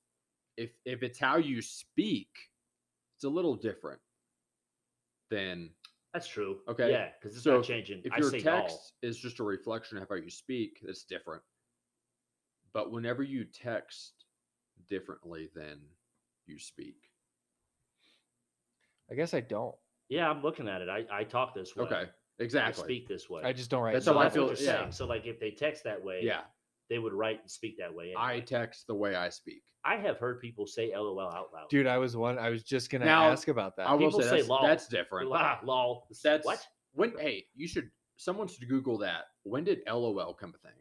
if if it's how you speak, it's a little different than That's true. Okay. Yeah, because it's So not changing. if I your say text y'all. is just a reflection of how you speak. That's different. But whenever you text differently than you speak, I guess I don't. Yeah, I'm looking at it. I, I talk this way. Okay, I exactly. speak this way. I just don't write. That's so how I that's feel, what you're yeah. saying. So like if they text that way, yeah, they would write and speak that way. I anyway. text the way I speak. I have heard people say LOL out loud. dude. I was one. I was just gonna Now, ask about that. I will Uh, People say, say that's, lol. that's different. Ah, lol. That's what? when. Hey, you should. Someone should Google that. When did LOL come a thing?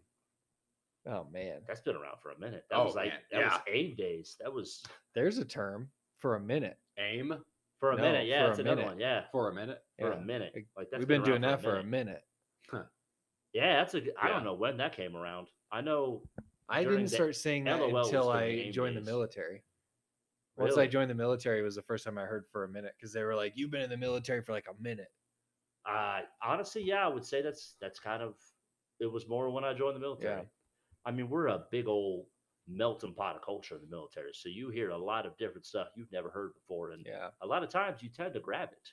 oh man, That's been around for a minute. That Oh, was like man, that was AIM days. That was there's a term for a minute. Aim for a No, minute. Yeah, for that's a another minute. one. Yeah, for a minute. for Yeah. a minute. Like, Like that's We've been doing around that for a minute. minute. Yeah, that's a. g- I Yeah. don't know when that came around. I know. I During didn't the start saying that LOL was until during I game joined the days. military. Once I Really? joined the military was the first time I heard for a minute because they were like, "You've been in the military for like a minute." Uh, honestly, yeah, I would say that's that's kind of. It was more when I joined the military. I mean, we're a big old melting pot of culture in the military, so you hear a lot of different stuff you've never heard before, and Yeah, a lot of times you tend to grab it.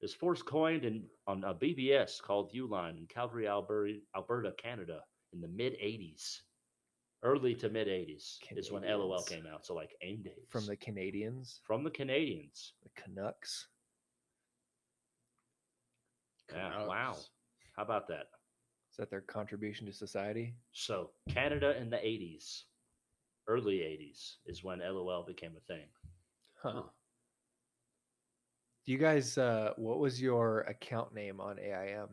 This force coined in, on uh, a BBS called Uline in Calgary, Alberta, Alberta, Canada, in the mid '80s, early to mid '80s is when LOL Canadians. came out. So like AIM days from the Canadians, from the Canadians. the Canucks. Yeah, wow. Canucks. How about that? Is that their contribution to society? So Canada in the '80s, early '80s is when LOL became a thing. Huh. Do you guys? Uh, what was your account name on AIM?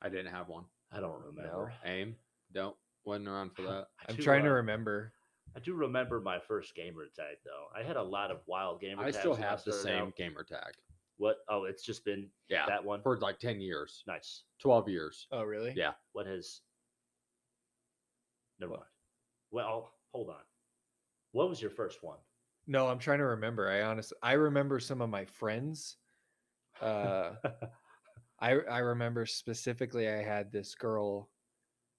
I didn't have one. I don't remember. Aim. Don't. Wasn't around for that. I I'm do, trying to uh, remember. I do remember my first gamer tag though. I had a lot of wild gamer. I tags still when have the started same out. gamer tag. What? Oh, it's just been Yeah. that one. For like 10 years, nice. 12 years. Oh, really? Yeah. What has? Never mind. Well, hold on. What was your first one? No, I'm trying to remember. I honestly, I remember some of my friends. Uh, I I remember specifically. I had this girl,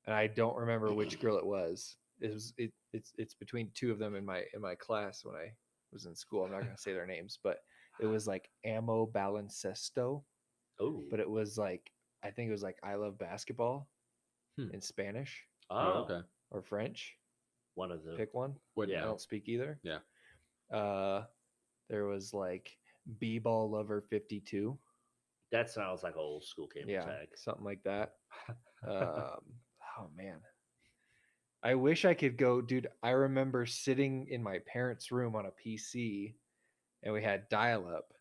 and I don't remember which girl it was. It was it, it's it's between two of them in my in my class when I was in school. I'm not gonna say their names, but it was like Ammo Baloncesto, Oh, but it was like I think it was like I love basketball Hmm. in Spanish oh, okay. or French. one of the Pick one. Wouldn't Yeah. I know. don't speak either. Yeah. Uh, there was like B Ball Lover 52. that sounds like old school gamer yeah. tag. Something like that. um, oh, man. I wish I could go, dude. I remember sitting in my parents' room on a PC and we had dial up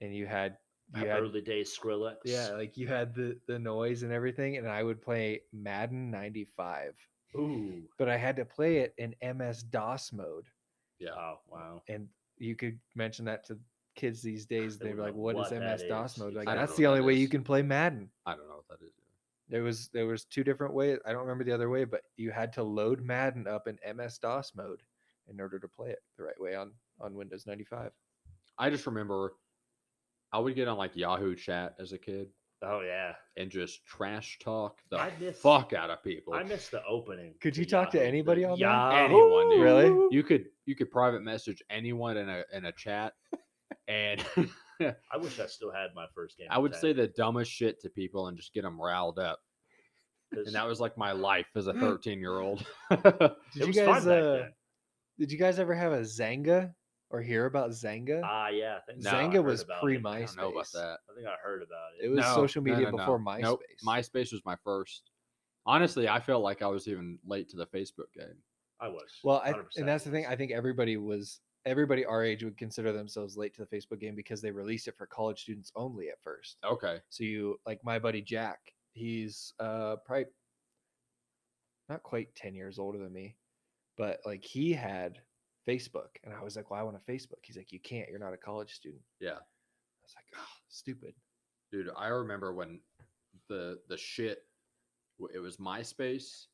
and you had, you That had, early days Skrillex. yeah, like you had the, the noise and everything. And I would play Madden 95, Ooh. but I had to play it in MS DOS mode. Yeah. Oh wow. and you could mention that to kids these days, They they'd would be like, know "What is what that MS DOS is. mode?" Like, I don't that's know the what only that way you is." can play Madden. I don't know what that is. There was there was two different ways. I don't remember the other way, but you had to load Madden up in MS DOS mode in order to play it the right way on on Windows ninety five. I just remember I would get on like Yahoo chat as a kid Oh yeah. and just trash talk the I miss- fuck out of people. I missed the opening. Could you talk to Yahoo, anybody the on there? Yahoo. anyone, dude. Really? You could you could private message anyone in a in a chat, and I wish I still had my first game. I would say the dumbest shit to people and just get them riled up. And that was like my life as a thirteen year old. Did you guys uh, did you guys ever have a Zanga or hear about Zanga? Uh, Ah, yeah. I think so. I Zanga heard was about it. pre I don't know about MySpace. that. I think I heard about It it. was No, social no, media no, no. before MySpace. Nope, MySpace was my first. Honestly, I felt like I was even late to the Facebook game. I was. Well, I, 100% and that's the thing. was. I think everybody was everybody our age would consider themselves late to the Facebook game because they released it for college students only at first. Okay, So you like my buddy Jack, he's uh probably not quite 10 years older than me, but like he had Facebook and I was like, "Well, I want a Facebook." He's like, "You can't. You're not a college student." yeah, I was like, "Oh, stupid." dude. I remember when the the shit. w- It was MySpace,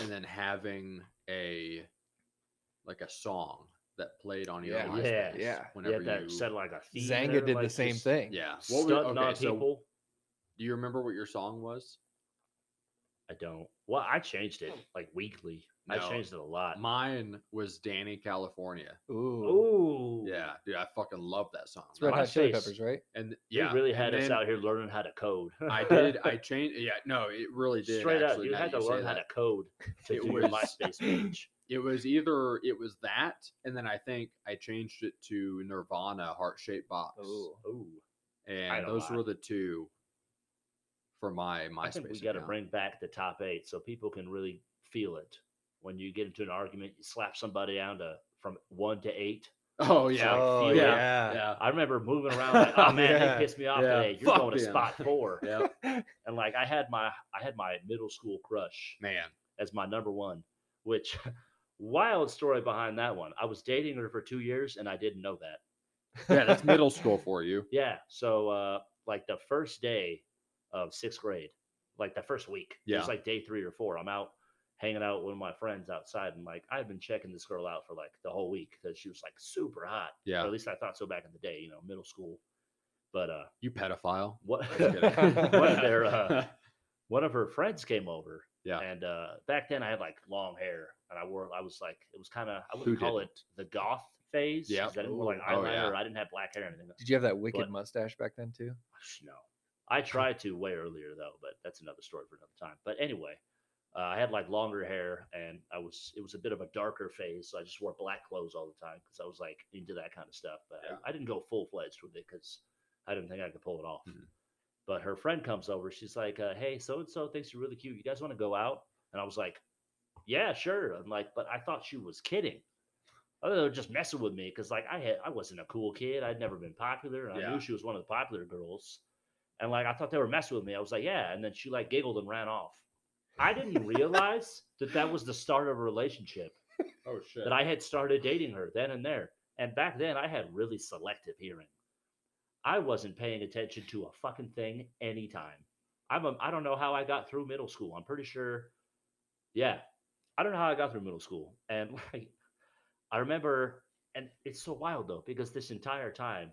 and then having a like a song that played on your Yeah. MySpace. Yeah. Yeah. You You Whenever had that you set like a theme. Zanga there, did the like, same just thing. yeah. What Stunting was, on okay, so people. do you remember what your song was? I don't. Well, I changed it like weekly. I No. changed it a lot. Mine was Danny California. Ooh. Ooh. Yeah, dude, I fucking love that song. It's Red That Hot was- Chili MySpace. Peppers, right? and You yeah, really had and us then out here learning how to code. I did. I changed. Yeah, no, it really did. Straight up, actually, you now had that to say learn how to that. code to It do your was- MySpace page. It was either it was that, and then I think I changed it to Nirvana Heart Shaped Box, Oh, Oh, and know those why. were the two for my I MySpace. think we got to account. bring back the top eight so people can really feel it. When you get into an argument, you slap somebody down to from one to eight. Oh yeah, Oh, yeah, yeah. yeah. I remember moving around like, oh man, Yeah, they pissed me off yeah, today. You're fuck going to them." spot four. yeah. And like I had my I had my middle school crush Man, as my number one, which wild story behind that one. I was dating her for two years and I didn't know that. yeah, that's middle school for you. Yeah. So uh like the first day of sixth grade, like the first week. It Yeah. was like day three or four. I'm out hanging out with one of my friends outside and like I've been checking this girl out for like the whole week because she was like super hot. Or Yeah, at least I thought so back in the day, you know, middle school. But uh you pedophile. what Just kidding. One of their, uh, one of her friends came over. Yeah. And uh, back then I had like long hair and I wore, I was like, it was kind of, I Who wouldn't call didn't? it the goth phase. 'cause Yep. I didn't wear like Ooh, oh, eyeliner. yeah. I didn't have black hair or anything. Did you have that wicked But- mustache back then too? No. I tried to way earlier though, but that's another story for another time. But anyway, uh, I had like longer hair and I was, it was a bit of a darker phase. So I just wore black clothes all the time because I was like into that kind of stuff. But Yeah. I, I didn't go full fledged with it because I didn't think I could pull it off. Mhm. But her friend comes over. She's like, uh, hey, so and so thinks you're really cute. You guys want to go out? And I was like, yeah, sure. I'm like, but I thought she was kidding. I thought they were just messing with me because like I had I wasn't a cool kid. I'd never been popular. And I Yeah. knew she was one of the popular girls. And like I thought they were messing with me. I was like, yeah. And then she like giggled and ran off. I didn't realize that that was the start of a relationship oh shit. that I had started dating her then and there. And back then, I had really selective hearing. I wasn't paying attention to a fucking thing anytime. I'm a, I don't know how I got through middle school. I'm pretty sure, yeah, I don't know how I got through middle school. And like, I remember, and it's so wild though because this entire time,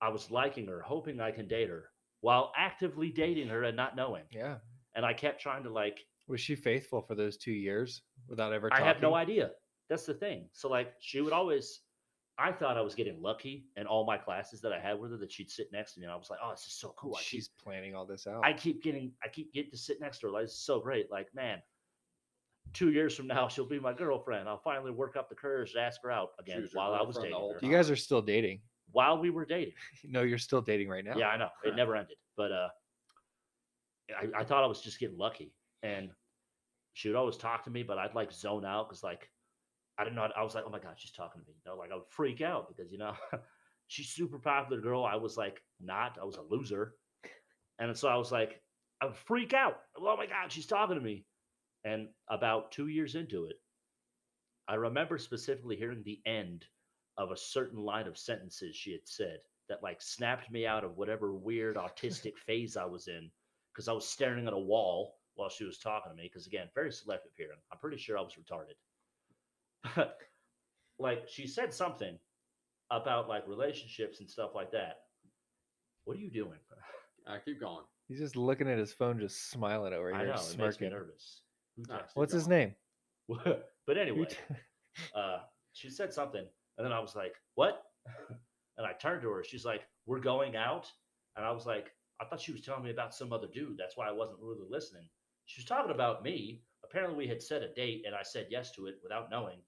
I was liking her, hoping I can date her, while actively dating her and not knowing. Yeah. And I kept trying to like Was she faithful for those two years without ever? I Talking? have no idea. That's the thing. So like she would always I thought I was getting lucky in all my classes that I had with her that she'd sit next to me and I was like, Oh, this is so cool. I keep- She's planning all this out. I keep getting I keep getting to sit next to her. Like it's so great. Like, man, two years from now she'll be my girlfriend. I'll finally work up the courage to ask her out again was your while I was girlfriend the dating whole her. you guys are still dating. while we were dating. No, you're still dating right now. Yeah, I know. It never ended. But uh I, I thought I was just getting lucky. And she would always talk to me, but I'd like zone out because like I didn't know I was like, oh my god, she's talking to me. You know, like I would freak out because you know she's super popular girl. I was like not, I was a loser. And so I was like, I would freak out. Oh my god, she's talking to me. And about two years into it, I remember specifically hearing the end of a certain line of sentences she had said that like snapped me out of whatever weird autistic phase I was in because I was staring at a wall while she was talking to me. Because again, very selective hearing. I'm pretty sure I was retarded. like she said something about like relationships and stuff like that. What are you doing? I keep going. He's just looking at his phone, just smiling over here, I know it makes me smirking. nervous. Who Ah, texted What's his Keep going. name? but Who anyway, t- uh, she said something, and then I was like, "What?" and I turned to her. She's like, "We're going out," and I was like, "I thought she was telling me about some other dude. That's why I wasn't really listening." She was talking about me. Apparently, we had set a date, and I said yes to it without knowing.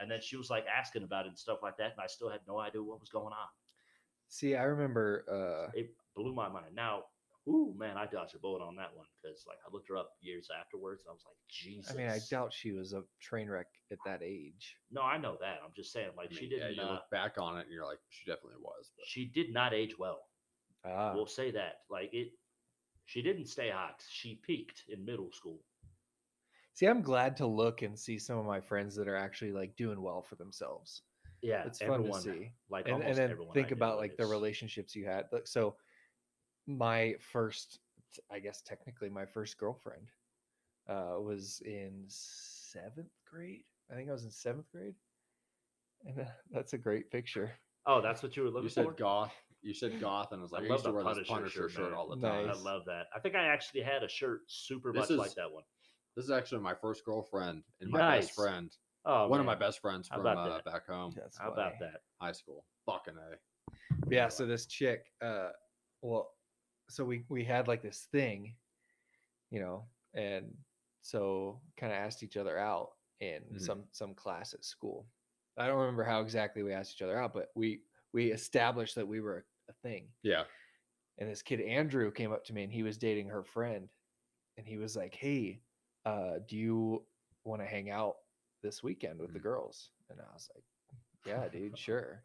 And then she was like asking about it and stuff like that, and I still had no idea what was going on. See, I remember. Uh, It blew my mind. Now, ooh man, I dodged a bullet on that one because like I looked her up years afterwards, and I was like, "Jesus." I mean, I doubt she was a train wreck at that age. No, I know that. I'm just saying, like I she mean, yeah, didn't. you uh, look back on it and you're like, she definitely was. But she did not age well. Ah, We'll say that. Like it, she didn't stay hot. She peaked in middle school. see, I'm glad to look and see some of my friends that are actually like doing well for themselves. Yeah, It's fun to see. Like and, and almost then everyone I think knew about like the is- relationships you had. Like, So, my first, t- I guess technically my first girlfriend, uh, was in seventh grade. I think I was in seventh grade, and uh, that's a great picture. Oh, that's what you were looking you said for. goth. You said goth, and I was like, I, I used love to the wear this Punisher Punisher shirt, shirt, man. all the Nice. time. I love that. I think I actually had a shirt super This much is- like that one. This is actually my first girlfriend and my Nice. best friend. Oh, One of my man. best friends How from about uh, that? back home, That's How about funny. that? high school. Fucking a. yeah so this chick uh well so we we had like this thing you know and so kind of asked each other out in Mhm. some some class at school. I don't remember how exactly we asked each other out, but we we established that we were a thing. Yeah. And this kid Andrew came up to me and he was dating her friend, and he was like, "Hey, uh, do you want to hang out this weekend with the Mhm. girls?" And I was like, "Yeah, dude, sure."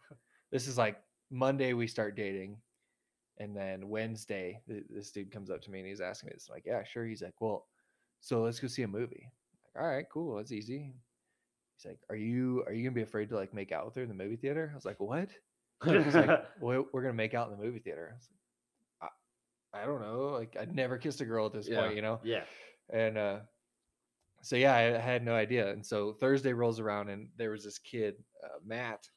This is like Monday we start dating, and then Wednesday th- this dude comes up to me and he's asking me this. I'm like, "Yeah, sure." He's like, "Well, so let's go see a movie." I'm like, all right, cool, that's easy. He's like, "Are you are you gonna be afraid to like make out with her in the movie theater?" I was like, "What?" He's like, "Well, we're gonna make out in the movie theater." I was like, I, I don't know. Like, I'd never kissed a girl at this Yeah. point, you know. yeah. And uh, so yeah, I had no idea. And so Thursday rolls around, and there was this kid, uh, Matt.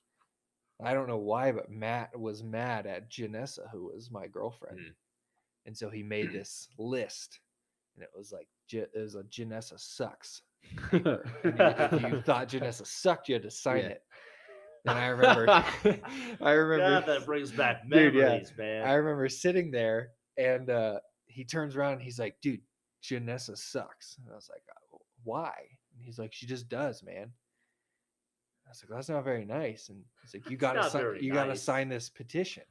I don't know why, but Matt was mad at Janessa, who was my girlfriend, Mm. and so he made this list, and it was like "Ja- it was a Janessa sucks. paper, and you- if you thought Janessa sucked, you had to sign Yeah. it. And I remember, I remember God, that brings back Dude, yeah. memories, man. I remember sitting there and uh, he turns around and he's like, dude, Janessa sucks. And I was like, "Uh, why? And he's like, she just does, man. I was like, that's not very nice. And he's like, you gotta not sign, very you gotta nice. sign this petition.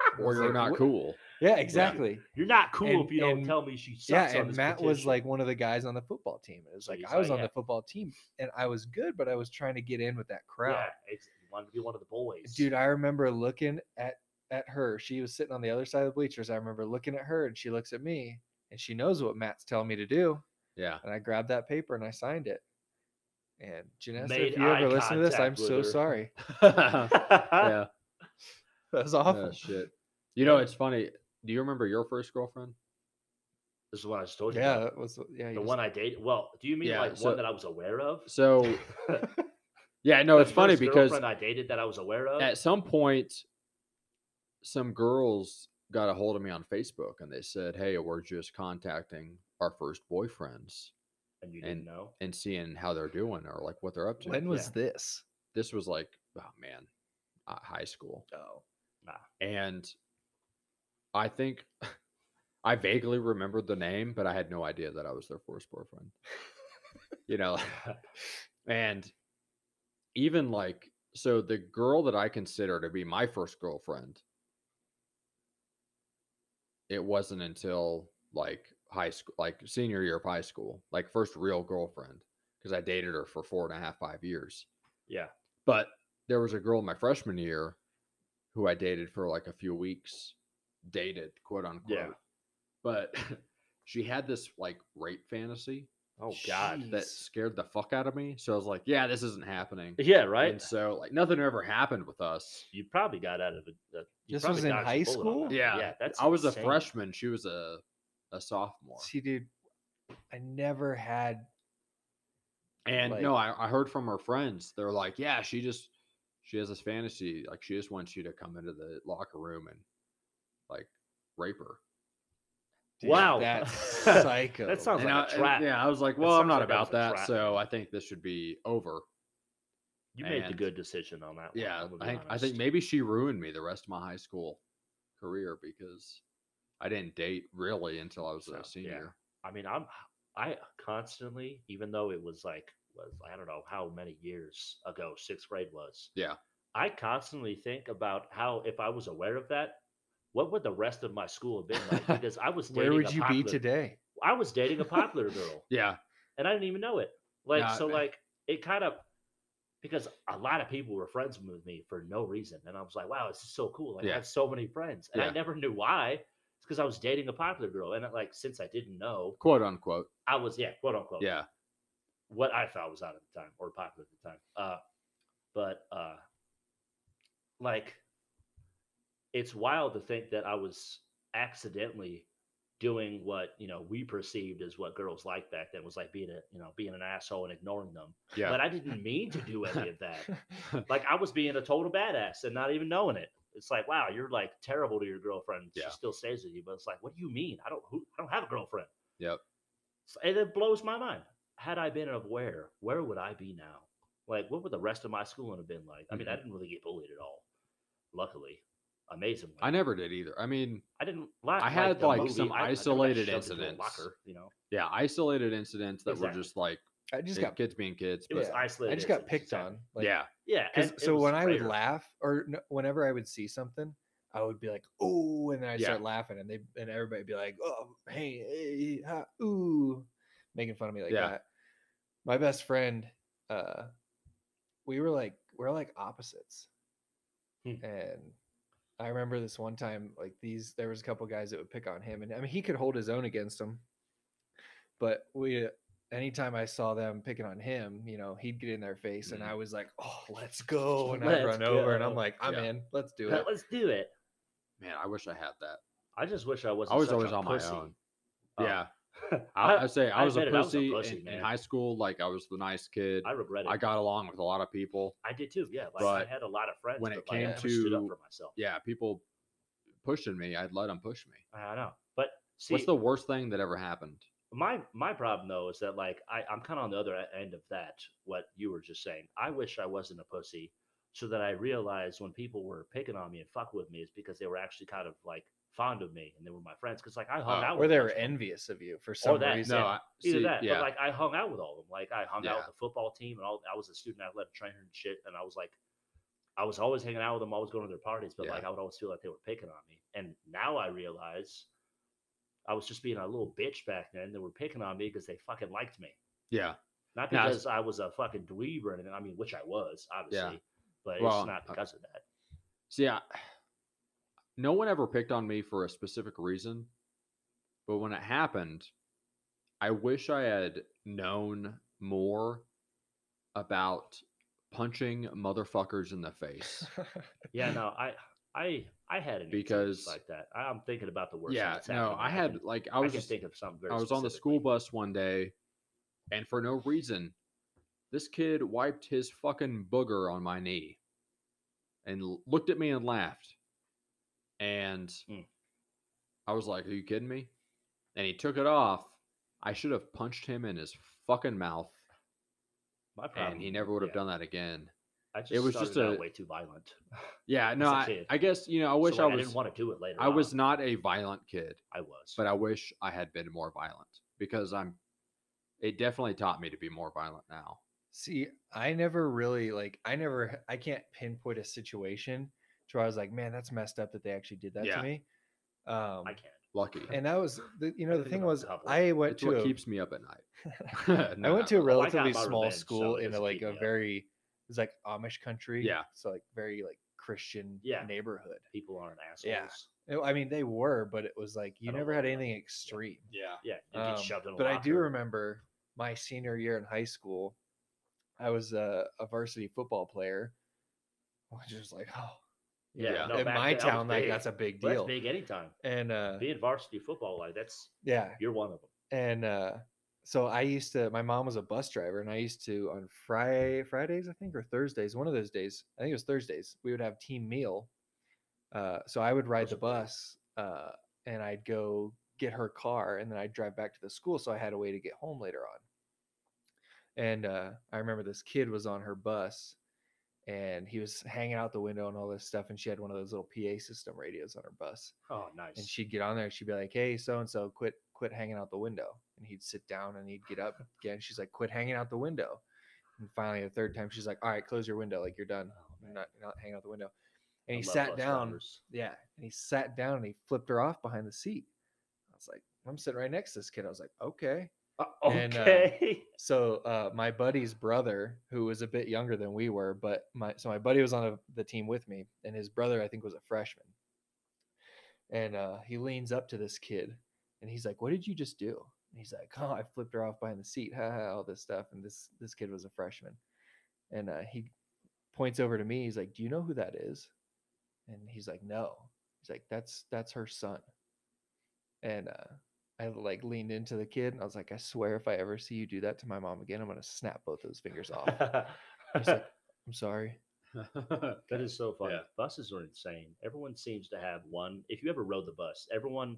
I or was you're like, not "What?" cool. Yeah, exactly. You're not cool And- if you don't and- tell me she sucks. Yeah, on and this Matt was petition. like one of the guys on the football team. It was So like he's I was like, on yeah. the football team and I was good, but I was trying to get in with that crowd. yeah, it's, you wanted to be one of the boys, dude i remember looking at at her she was sitting on the other side of the bleachers i remember looking at her and she looks at me and she knows what matt's telling me to do Yeah. and i grabbed that paper and i signed it and Janessa, Made if you eye ever listen to this i'm contact with so her. sorry yeah. that was awful Oh, shit. You know, it's funny. Do you remember your first girlfriend? This is what I just told you. yeah about. that was yeah you the just- one I dated. Well, do you mean Yeah, like so- one that I was aware of? So, yeah, no, The it's funny first because girlfriend I dated that I was aware of. at some point, some girls got a hold of me on Facebook and they said, Hey, we're just contacting our first boyfriends and you didn't and- know. and seeing how they're doing or like what they're up to. when was yeah. this this was like, oh man, uh, high school. oh And I think I vaguely remembered the name, but I had no idea that I was their first boyfriend. you know, and even like, so the girl that I consider to be my first girlfriend, it wasn't until like high school, like senior year of high school, like first real girlfriend, because I dated her for four and a half, five years. Yeah. But there was a girl my freshman year who I dated for like a few weeks, dated quote unquote. But she had this like rape fantasy Oh God. that scared the fuck out of me. So I was like, yeah, this isn't happening. Yeah. Right. And so like nothing ever happened with us. you probably got out of it. uh, you This probably was in dodged a high bullet on school? that. Yeah. Yeah. That's. I was insane. a freshman. She was a a sophomore. see dude i never had And like- no, I, I heard from her friends. They're like, yeah, she just she has this fantasy. Like she just wants you to come into the locker room and like rape her. dude, Wow. that's That psycho sounds like a And I- and- trap. yeah, I was like, That well, I'm sounds not like that was about a that, trap. so I think this should be over. You made the and- good decision on that. One, Yeah, I'm gonna I be think I think honest. maybe she ruined me the rest of my high school career because I didn't date really until I was So, yeah. a senior. I mean, I'm I constantly, even though it was like was I don't know how many years ago sixth grade was. Yeah. I constantly think about how if I was aware of that, what would the rest of my school have been like? Because I was dating where would a you be popular, today I was dating a popular girl, Yeah, and I didn't even know it. Like Nah, so, man. like it kind of because a lot of people were friends with me for no reason, and I was like, wow, this is so cool. Like I Yeah. have so many friends, and I Yeah. never knew why. It's because I was dating a popular girl, and like since I didn't know, quote unquote. I was yeah, quote unquote Yeah, what I thought was out at the time or popular at the time. Uh, but uh, like, it's wild to think that I was accidentally doing what you know we perceived as what girls liked back then was like being a you know being an asshole and ignoring them. yeah. But I didn't mean to do any of that. Like I was being a total badass and not even knowing it. It's like wow, you're like terrible to your girlfriend. Yeah. She still stays with you, but it's like, what do you mean? I don't who, I don't have a girlfriend. Yep. So- And it blows my mind. Had I been aware, where would I be now? Like, what would the rest of my schooling have been like? I mean, I Mhm. didn't really get bullied at all. Luckily, amazingly, I never did either. I mean, I didn't. Like, I had, the like, some I- I never got isolated shoved into a incidents. Locker, you know. yeah, isolated incidents that Exactly. were just like I just Big got kids being kids. It was but- isolated. I just got incidents, picked exactly. on. Like, yeah. Yeah. Because and it so was when I would rare. laugh or no, whenever I would see something, I would be like, "Oh," and then I would Yeah. start laughing, and they and everybody would be like, "Oh, hey, hey eh, ha, ooh," making fun of me like Yeah. that. My best friend, uh, we were like we're like opposites, Hmm. and I remember this one time like these there was a couple guys that would pick on him, and I mean he could hold his own against them, but we anytime I saw them picking on him, you know, he'd get in their face and Mhm. I was like, Oh, let's go. And I'd Mm. Let's run over and go. I'm like, I'm Yeah. in, let's do it. But Let's do it. Man, I wish I had that. I just wish I wasn't. I was such always a on my pussy. own. Oh. Yeah. I, I I, say I I was, a admit it, I was a pussy pussy, in, in man. high school. Like I was the nice kid. I regret it. I got along with a lot of people. I did too. Yeah, like But I had a lot of friends. when but it like, I came never stood up to- for myself. Yeah, people pushing me. I'd let them push me. I know. But see, What's the worst thing that ever happened? my my problem though is that like I, I'm kind of on the other e- end of that. What you were just saying. I wish I wasn't a pussy, so that I realized when people were picking on me and fuck with me, is because they were actually kind of like fond of me and they were my friends. Because like I hung Oh. out Or with they a were bunch of them. envious of you for some that, reason. No, I, Either see, that, yeah, but like I hung out with all of them. Like I hung out Yeah. with the football team and all. I was a student athletic trainer and shit. And I was like, I was always hanging out with them, always going to their parties. But Yeah. like I would always feel like they were picking on me. And now I realize I was just being a little bitch back then. They were picking on me because they fucking liked me, yeah. not No, I was- because I was a fucking dweeb or anything. I mean, which I was, obviously. But Well, it's not uh, because of that. See, I, no one ever picked on me for a specific reason, but when it happened, I wish I had known more about punching motherfuckers in the face. Yeah, no, I, I, I had an experience Because- like that. I- I'm thinking about the worst. yeah, that's no, happened. I can- had like I I, was can just- think of something. Very I was on the specifically. school bus one day, and for no reason, this kid wiped his fucking booger on my knee and l- looked at me and laughed. And Mm. I was like, Are you kidding me? And he took it off. I should have punched him in his fucking mouth, My and he never would have Um, yeah. done that again. I just It was started just out a- way too violent. Yeah, no, a I, kid. I guess, you know, I So, wish like, I I was. didn't want to do it later. I was on. not a violent kid. I was. but I wish I had been more violent because I'm. It definitely taught me to be more violent now. See, I never really like I never I can't pinpoint a situation to where I was like, Man, that's messed up that they actually did that Yeah. to me. Um I can't. Lucky. and that was the you know the think thing about was double. I went It's to what a, keeps me up at night. I No, went not to a really. Well, Oh, I got relatively my small revenge, so school it in a, doesn't like keep a me up. very it's like Amish country. Yeah. So like very like Christian Yeah. neighborhood. People aren't assholes. Yeah. No, I mean they were, but it was like you don't never know had about anything extreme. Yeah. Yeah. You get Um, shoved in a but I do locker. remember my senior year in high school, I was a, a varsity football player, which is like oh you know, Yeah, no, in back my then that was town like big. that's a big Well, deal. that's big anytime. And uh, Being varsity football, like that's yeah, you're one of them. and uh so i used to my mom was a bus driver and i used to on friday fridays i think or thursdays one of those days i think it was thursdays we would have team meal uh so i would ride the bus uh and i'd go get her car and then i'd drive back to the school so i had a way to get home later on and uh i remember this kid was on her bus and he was hanging out the window and all this stuff and she had one of those little pa system radios on her bus Oh, nice. and she'd get on there and she'd be like, "Hey, so and so, quit quit hanging out the window." And he'd sit down and he'd get up again. She's like, "Quit hanging out the window." And finally, the third time, she's like, "All right, close your window. Like you're done. Oh, You're man. not you're not hanging out the window." I And he love sat bus down. drivers. Yeah, and he sat down and he flipped her off behind the seat. I was like, "I'm sitting right next to this kid." I was like, "Okay." Uh, and, uh, okay. So uh, my buddy's brother, who was a bit younger than we were, but my so my buddy was on a, the team with me, and his brother I think was a freshman. And uh, he leans up to this kid, and he's like, "What did you just do?" And he's like, "Oh, I flipped her off behind the seat, ha, ha, all this stuff." And this this kid was a freshman, and uh, he points over to me. He's like, "Do you know who that is?" And he's like, "No." He's like, "That's that's her son." And uh, I like leaned into the kid and I was like, I swear if I ever see you do that to my mom again, I'm gonna snap both those fingers off. He's like, I'm sorry. That is so funny. Yeah. Buses are insane. Everyone seems to have one. If you ever rode the bus, everyone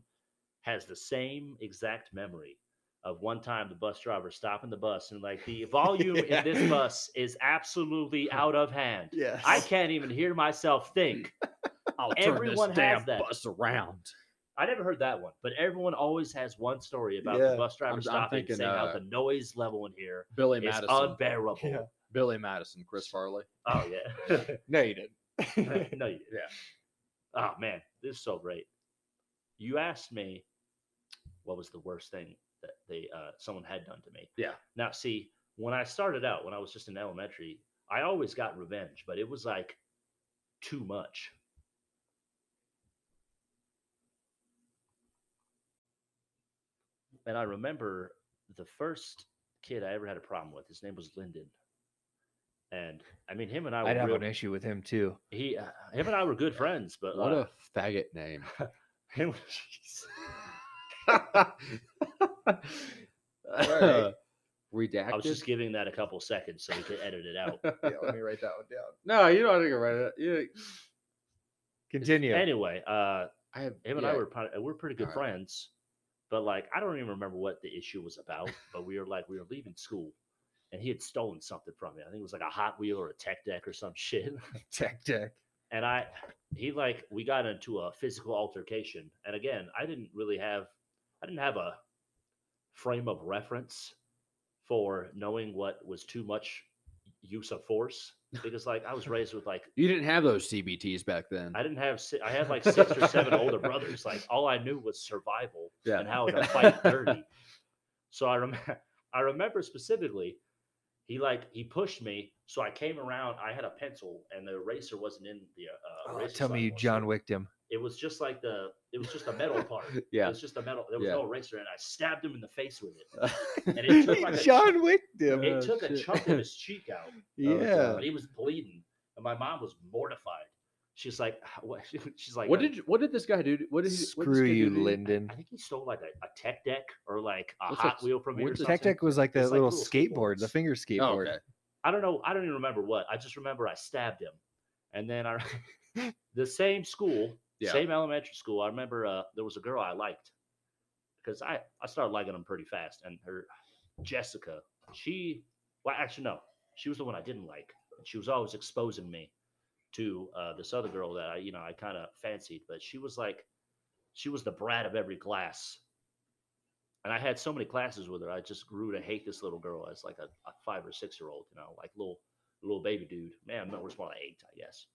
has the same exact memory of one time the bus driver stopping the bus and like the volume in this Yeah. bus is absolutely out of hand. Yes. I can't even hear myself think. I'll Everyone has that. bus around. I never heard that one, but everyone always has one story about Yeah. the bus driver I'm stopping and thinking, saying uh, how the noise level in here Billy is Madison. unbearable. Yeah. Billy Madison, Chris Farley. Oh yeah. No, you didn't. no, you did. Oh man, this is so great. You asked me what was the worst thing that they uh, someone had done to me. Yeah. Now, see, when I started out, when I was just in elementary, I always got revenge, but it was like too much. And I remember the first kid I ever had a problem with. His name was Lyndon, and I mean, him and I were I'd have real- an issue with him too. he uh, him and I were good friends, but What uh, a faggot name. him, Redacted. I was just giving that a couple seconds so we could edit it out. let me write that one down. no, you don't have to go right. at- You, Continue. Anyway, uh, I have him and I yeah, were probably, we're pretty good Alright. friends, but like I don't even remember what the issue was about. But we were like we were leaving school, and he had stolen something from me. I think it was like a Hot Wheel or a Tech Deck or some shit. Tech deck. and I he like we got into a physical altercation. And again, I didn't really have I didn't have a frame of reference for knowing what was too much use of force because like I was raised with like you didn't have those CBTs back then. I didn't have si- I had like six or seven older brothers. Like all I knew was survival Yeah. and how to fight dirty. So I remember I remember specifically he like he pushed me. So I came around. I had a pencil and the eraser wasn't in the uh, Oh, eraser tell me slot you was, so John Wicked him. it was just like the it was just a metal part. It yeah. was just a metal. There was Yeah. no eraser, and I stabbed him in the face with it. and it took like a- John Wicked him. It Oh, took a shit. chunk of his cheek out, Oh, Yeah. but he was bleeding, and my mom was mortified. She's like, what? She's like, what "Uh, did you- what did this guy do? to- What did he- what did this Screw kid do you, to you? Lyndon. I think he stole like a, a tech deck or like a What's a Hot t- Wheel from me or what's a something. Tech deck was like It's that like little little skateboard, the skateboards. finger Oh, skateboard. okay. I don't know. I don't even remember what. I just remember I stabbed him, and then I, the same school, Yeah. same elementary school. I remember uh, there was a girl I liked because I I started liking them pretty fast, and her Jessica, she well actually no, she was the one I didn't like. And she was always exposing me to uh, this other girl that I you know I kind of fancied, but she was like she was the brat of every class. And I had so many classes with her. I just grew to hate this little girl as like a, a five or six year old, you know, like little little baby dude. Man, no, was more like eight, I guess.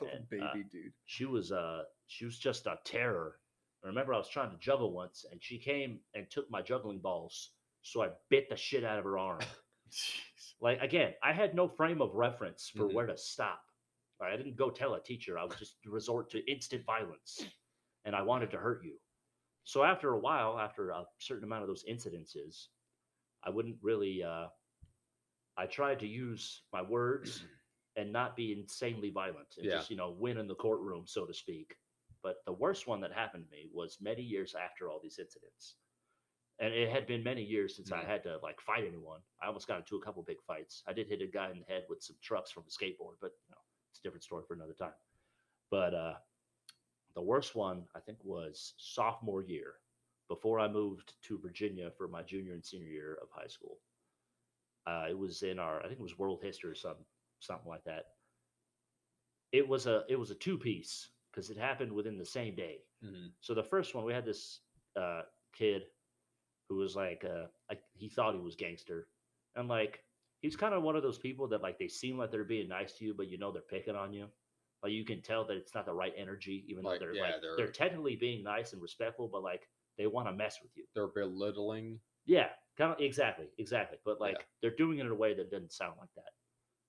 And, uh, dude. She was uh she was just a terror. I remember I was trying to juggle once and she came and took my juggling balls, so I bit the shit out of her arm. like again, I had no frame of reference for Mhm. where to stop. Like, I didn't go tell a teacher. I was just resort to instant violence, and I wanted to hurt you. So after a while, after a certain amount of those incidences, I wouldn't really. Uh, I tried to use my words and not be insanely violent and Yeah. just you know win in the courtroom, so to speak. But the worst one that happened to me was many years after all these incidents and it had been many years since Mhm. I had to like fight anyone. I almost got into a couple big fights. I did hit a guy in the head with some trucks from a skateboard, but you know, it's a different story for another time. But uh, the worst one I think was sophomore year, before I moved to Virginia for my junior and senior year of high school. Uh, it was in our I think it was world history or some something like that. It was a it was a two piece because it happened within the same day. Mhm. So the first one, we had this uh, kid who was like, uh, like he thought he was gangster, and like he's kind of one of those people that like they seem like they're being nice to you, but you know they're picking on you. Like you can tell that it's not the right energy, even Like, though they're yeah, like they're... they're- technically being nice and respectful, but like they want to mess with you. They're belittling. Yeah, kind of exactly, exactly. But Yeah. like they're doing it in a way that doesn't sound like that,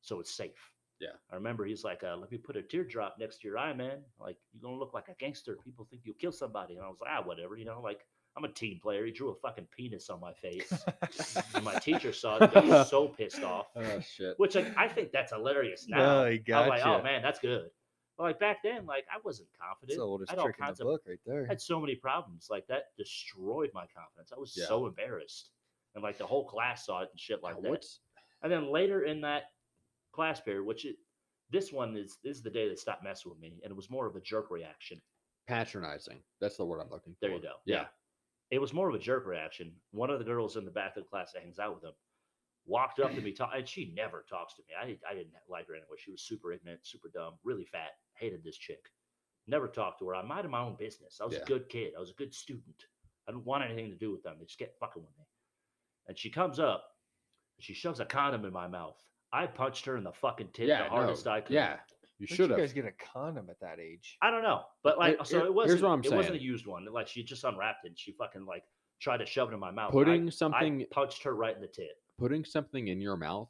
so it's safe. Yeah. I remember he's like, uh, "Let me put a teardrop next to your eye, man. Like you're gonna look like a gangster. People think you kill somebody." And I was like, "Ah, whatever. You know, like I'm a team player. He drew a fucking penis on my face, and my teacher saw it. They were so pissed off. Oh shit. Which like, I think that's hilarious now. No, he I'm like, Uh, gotcha. oh man, that's good. But like back then, like I wasn't confident. It's the oldest I had all trick in kinds the of book right there. I had so many problems. Like that destroyed my confidence. I was Yeah. so embarrassed. And like the whole class saw it and shit like Now, that. what's And then later in that class period, which it, this one is this is the day they stopped messing with me, and it was more of a jerk reaction. patronizing? That's the word I'm looking for. There you go. Yeah. It was more of a jerk reaction. One of the girls in the back of the class that hangs out with him walked up to me, talk, and she never talks to me. I, I didn't like her anyway. She was super ignorant, super dumb, really fat. Hated this chick. Never talked to her. I minded my own business. I was Yeah. a good kid. I was a good student. I didn't want anything to do with them. They just kept fucking with me. And she comes up and she shoves a condom in my mouth. I punched her in the fucking tit Yeah, the no, hardest I could. yeah, you Where'd should you guys have. get a condom at that age? I don't know, but Here- like, so here- it here's wasn't. what I'm it wasn't a saying. used one. Like she just unwrapped it. and She fucking like tried to shove it in my mouth. and I- Putting something I punched her right in the tit. putting something in your mouth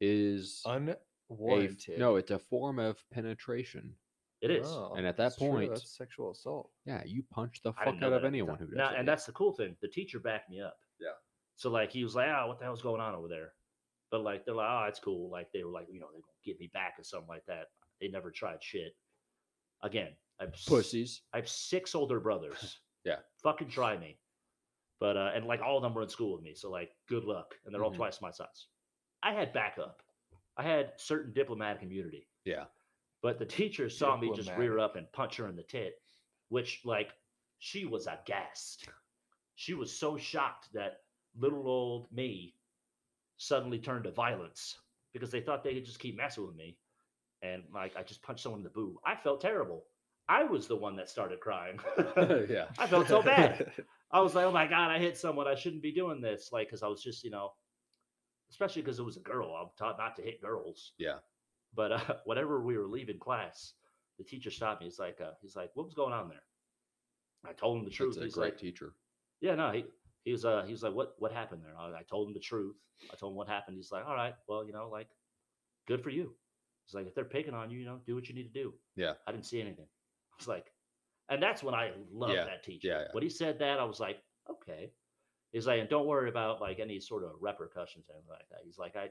is a f- Unwarranted. no, it's a form of penetration. It is. Oh, And at that that's true, point- that's sexual assault. Yeah, you punch the I fuck didn't know out that of at the anyone time. who does Now, it. and yeah. that's the cool thing. The teacher backed me up. Yeah. So like he was like, "Oh, what the hell's going on over there?" But like they're like, "Oh, it's cool." Like they were like, you know, they're gonna get me back or something like that. They never tried shit. Again, I've pussies. I have six older brothers. Yeah. Fucking try me. But uh and like all of them were in school with me, so like good luck. And they're all Mhm. twice my size. I had backup. I had certain diplomatic immunity. Yeah. But the teacher saw me just rear Diplomatic. up and punch her in the tit, which like she was aghast. She was so shocked that little old me suddenly turned to violence because they thought they could just keep messing with me. And like I just punched someone in the boob. I felt terrible. I was the one that started crying. yeah. I felt so bad. I was like, oh my God, I hit someone. I shouldn't be doing this. Like, because I was just, you know, especially because it was a girl. I'm taught not to hit girls. Yeah. But uh, whenever we were leaving class, the teacher stopped me. He's like, uh, he's like, what was going on there? I told him the truth. That's a he's great like, teacher. yeah, no, he he was uh he was like, what what happened there? I, I told him the truth. I told him what happened. He's like, all right, well, you know, like, good for you. He's like, if they're picking on you, you know, do what you need to do. Yeah. I didn't see anything. I was like, and that's when I love Yeah, that teacher. yeah, yeah. When he said that, I was like, okay. He's like, and don't worry about like any sort of repercussions or anything like that. He's like, I,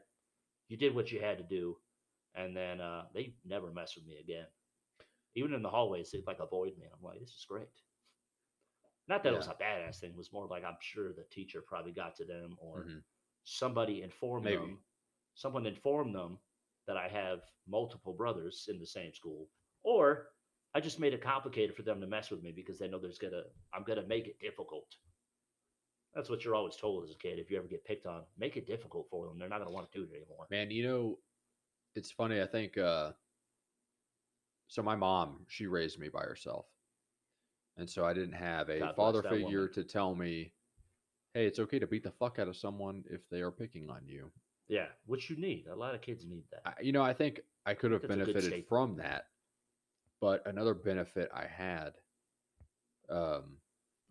you did what you had to do, and then uh, they never mess with me again. Even in the hallways, they'd like avoid me. I'm like, this is great. Not that it was a badass thing. It was more like I'm sure the teacher probably got to them or Mhm. somebody informed Maybe. them. Someone informed them that I have multiple brothers in the same school, or I just made it complicated for them to mess with me because they know there's gonna I'm gonna make it difficult. That's what you're always told as a kid. If you ever get picked on, make it difficult for them. They're not gonna want to do it anymore. Man, you know, it's funny. I think uh so my mom, she raised me by herself. And so I didn't have a God bless father that woman. figure to tell me, "Hey, it's okay to beat the fuck out of someone if they are picking on you." Yeah, which you need. A lot of kids need that. I, you know, I think I could have That's a good benefited statement. from that. But another benefit I had, um,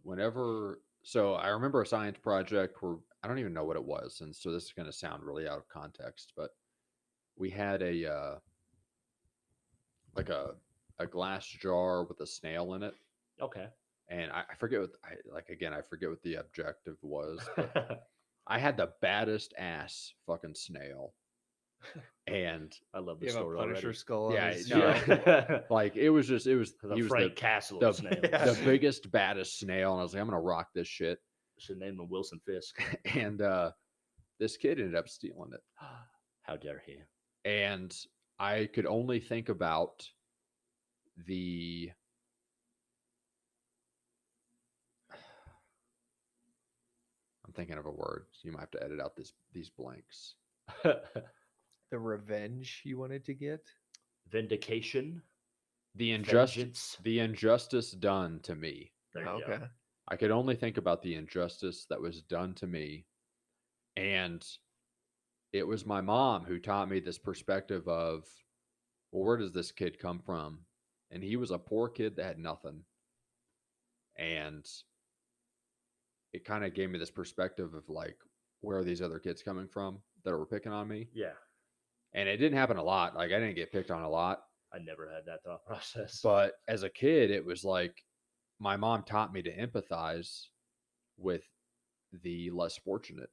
whenever, so I remember a science project where I don't even know what it was, and so this is going to sound really out of context, but we had a uh, like a a glass jar with a snail in it, okay. and I, I forget what I like again. I forget what the objective was, but I had the baddest ass fucking snail, and I love You this have a story Punisher already. skull. Yeah, on his no, jaw. Yeah. like it was just it was the he was Frank the, Castle the- of snails. the biggest baddest snail and i was like i'm gonna rock this shit Should name him Wilson Fisk. and uh this kid ended up stealing it How dare he? and i could only think about the i'm thinking of a word so you might have to edit out this these blanks The revenge you wanted to get. Vindication. the injustice vengeance. the injustice done to me There you Oh, okay. go. I could only think about the injustice that was done to me. And it was my mom who taught me this perspective of, well, where does this kid come from? And he was a poor kid that had nothing. And it kind of gave me this perspective of like, where are these other kids coming from that were picking on me? Yeah, And it didn't happen a lot. Like, I didn't get picked on a lot. I never had that thought process. But as a kid, it was like my mom taught me to empathize with the less fortunate.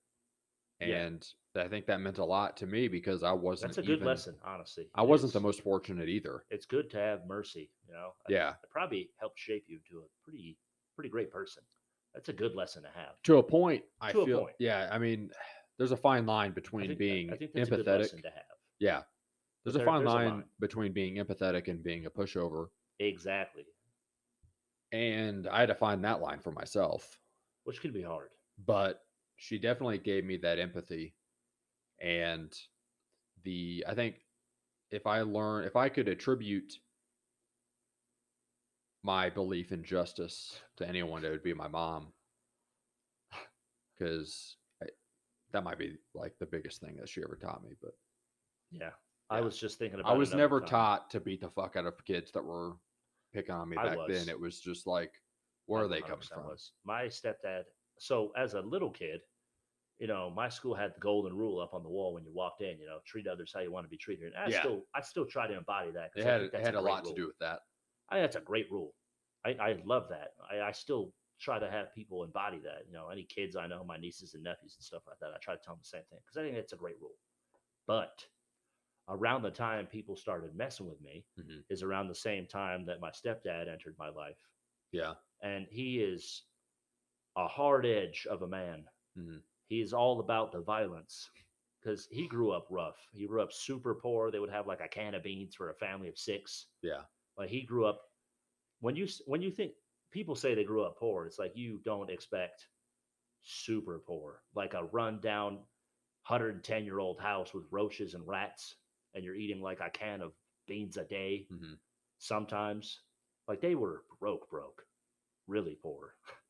Yeah. And I think that meant a lot to me because I wasn't That's a good even- lesson, honestly. I wasn't the It's- most fortunate either. It's good to have mercy, you know. I- Yeah. it probably helped shape you to a pretty, pretty great person. That's a good lesson to have. To a point, I To a feel point. yeah, I mean there's a fine line I between think, that- being I think that's a good empathetic. lesson to have. Yeah. There's a there- fine there's a line line. between being empathetic and being a pushover. Exactly, And I had to find that line for myself. which can be hard. but she definitely gave me that empathy and the i think if i learn if i could attribute my belief in justice to anyone, it would be my mom. Because that might be like the biggest thing that she ever taught me. But Yeah. I Yeah. was just thinking about I it was another never time. taught to beat the fuck out of kids that were picking on me I back was. then. It was just like, where are I they coming 100% from? was. My stepdad. So as a little kid, you know, my school had the golden rule up on the wall when you walked in. You know, treat others how you want to be treated. And I Yeah. still, I still try to embody that. 'cause It I had think it that's had a great lot to rule. do with that. I, that's a great rule. I, I love that. I, I still try to have people embody that. You know, any kids I know, my nieces and nephews and stuff like that, I try to tell them the same thing because I think it's a great rule. But around the time people started messing with me Mhm. is around the same time that my stepdad entered my life Yeah. and he is a hard edge of a man. Mhm. He is all about the violence because he grew up rough. He grew up super poor. They would have like a can of beans for a family of six. Yeah. like he grew up. When you s- when you think people say they grew up poor, it's like you don't expect super poor, like a rundown, hundred and ten year old house with roaches and rats, and you're eating like a can of beans a day hmm sometimes like they were broke broke really poor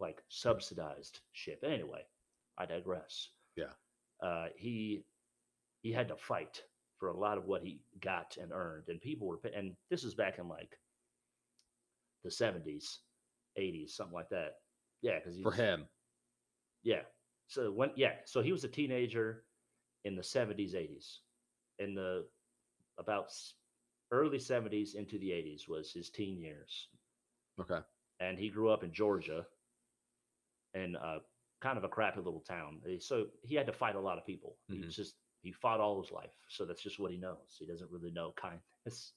like subsidized shit but anyway i digress Yeah. uh he he had to fight for a lot of what he got and earned and people were pa- and this is back in like the 70s 80s something like that yeah because For him. yeah. So when yeah, so he was a teenager in the 70s, 80s. In the about s- early 70s into the 80s was his teen years. Okay. And he grew up in Georgia in uh kind of a crappy little town. Eh, So he had to fight a lot of people. He Mhm. was just he fought all his life. So that's just what he knows. He doesn't really know kindness.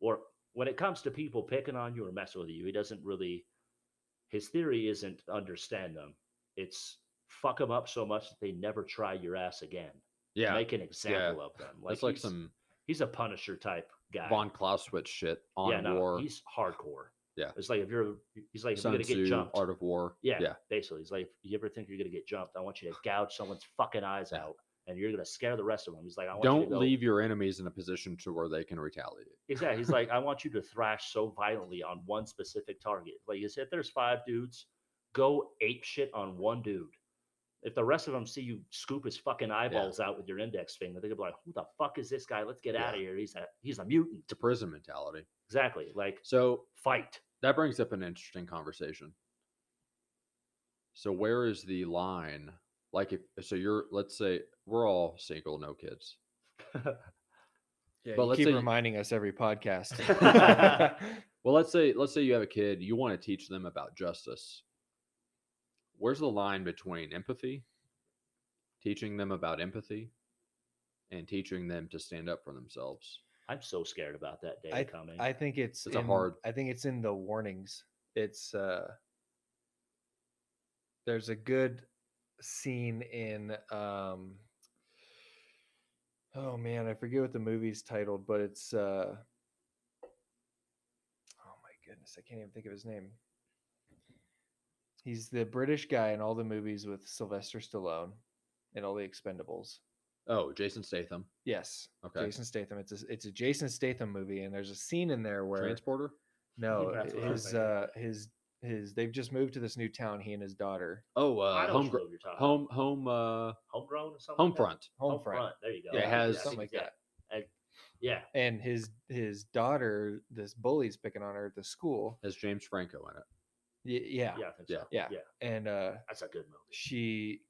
Or when it comes to people picking on you or messing with you, he doesn't really his theory isn't understand them. It's fuck them up so much that they never try your ass again. Yeah. Make an example of them. That's like he's- some he's a Punisher type guy. Von Clausewitz shit on yeah, no, war. he's hardcore. Yeah. it's like if you're, he's like if you're Sun gonna get Tzu, jumped. Art of War. yeah, Yeah. basically, he's like you ever think you're gonna get jumped, I want you to gouge someone's fucking eyes Yeah. out, and you're gonna scare the rest of them. He's like, I want you Don't to go- leave your enemies in a position to where they can retaliate. Exactly. He's like, I want you to thrash so violently on one specific target. Like you said, there's five dudes, go ape shit on one dude. If the rest of them see you scoop his fucking eyeballs out with your index finger, they're gonna be like, "Who the fuck is this guy? Let's get out of here. He's a he's a mutant." To prison mentality. Exactly. Like So fight. that brings up an interesting conversation. So where is the line? Like if so you're let's say we're all single, no kids. Yeah, But you let's keep say- reminding us every podcast. Well, let's say let's say you have a kid, you want to teach them about justice. Where's the line between empathy, teaching them about empathy, and teaching them to stand up for themselves? I'm so scared about that day coming. I think it's It's a in- hard- I think it's in the warnings. It's uh there's a good scene in um oh man, I forget what the movie's titled, but it's uh oh my goodness, I can't even think of his name. He's the British guy in all the movies with Sylvester Stallone and all the Expendables. Oh, Jason Statham. Yes, Okay. Jason Statham. It's a, it's a Jason Statham movie, and there's a scene in there where Transporter? no, That's what I was his thinking. uh, his his they've just moved to this new town. He and his daughter, Oh, I know uh which home road you're talking home home uh about. homegrown or something. home like that? front. home, front, There you go. Yeah, it has- something like yeah. that. And- yeah, And his his daughter, this bully's picking on her at the school. Has James Franco in it. Y- yeah. yeah, I think Yeah. so. Yeah. yeah. and uh, That's a good movie. she,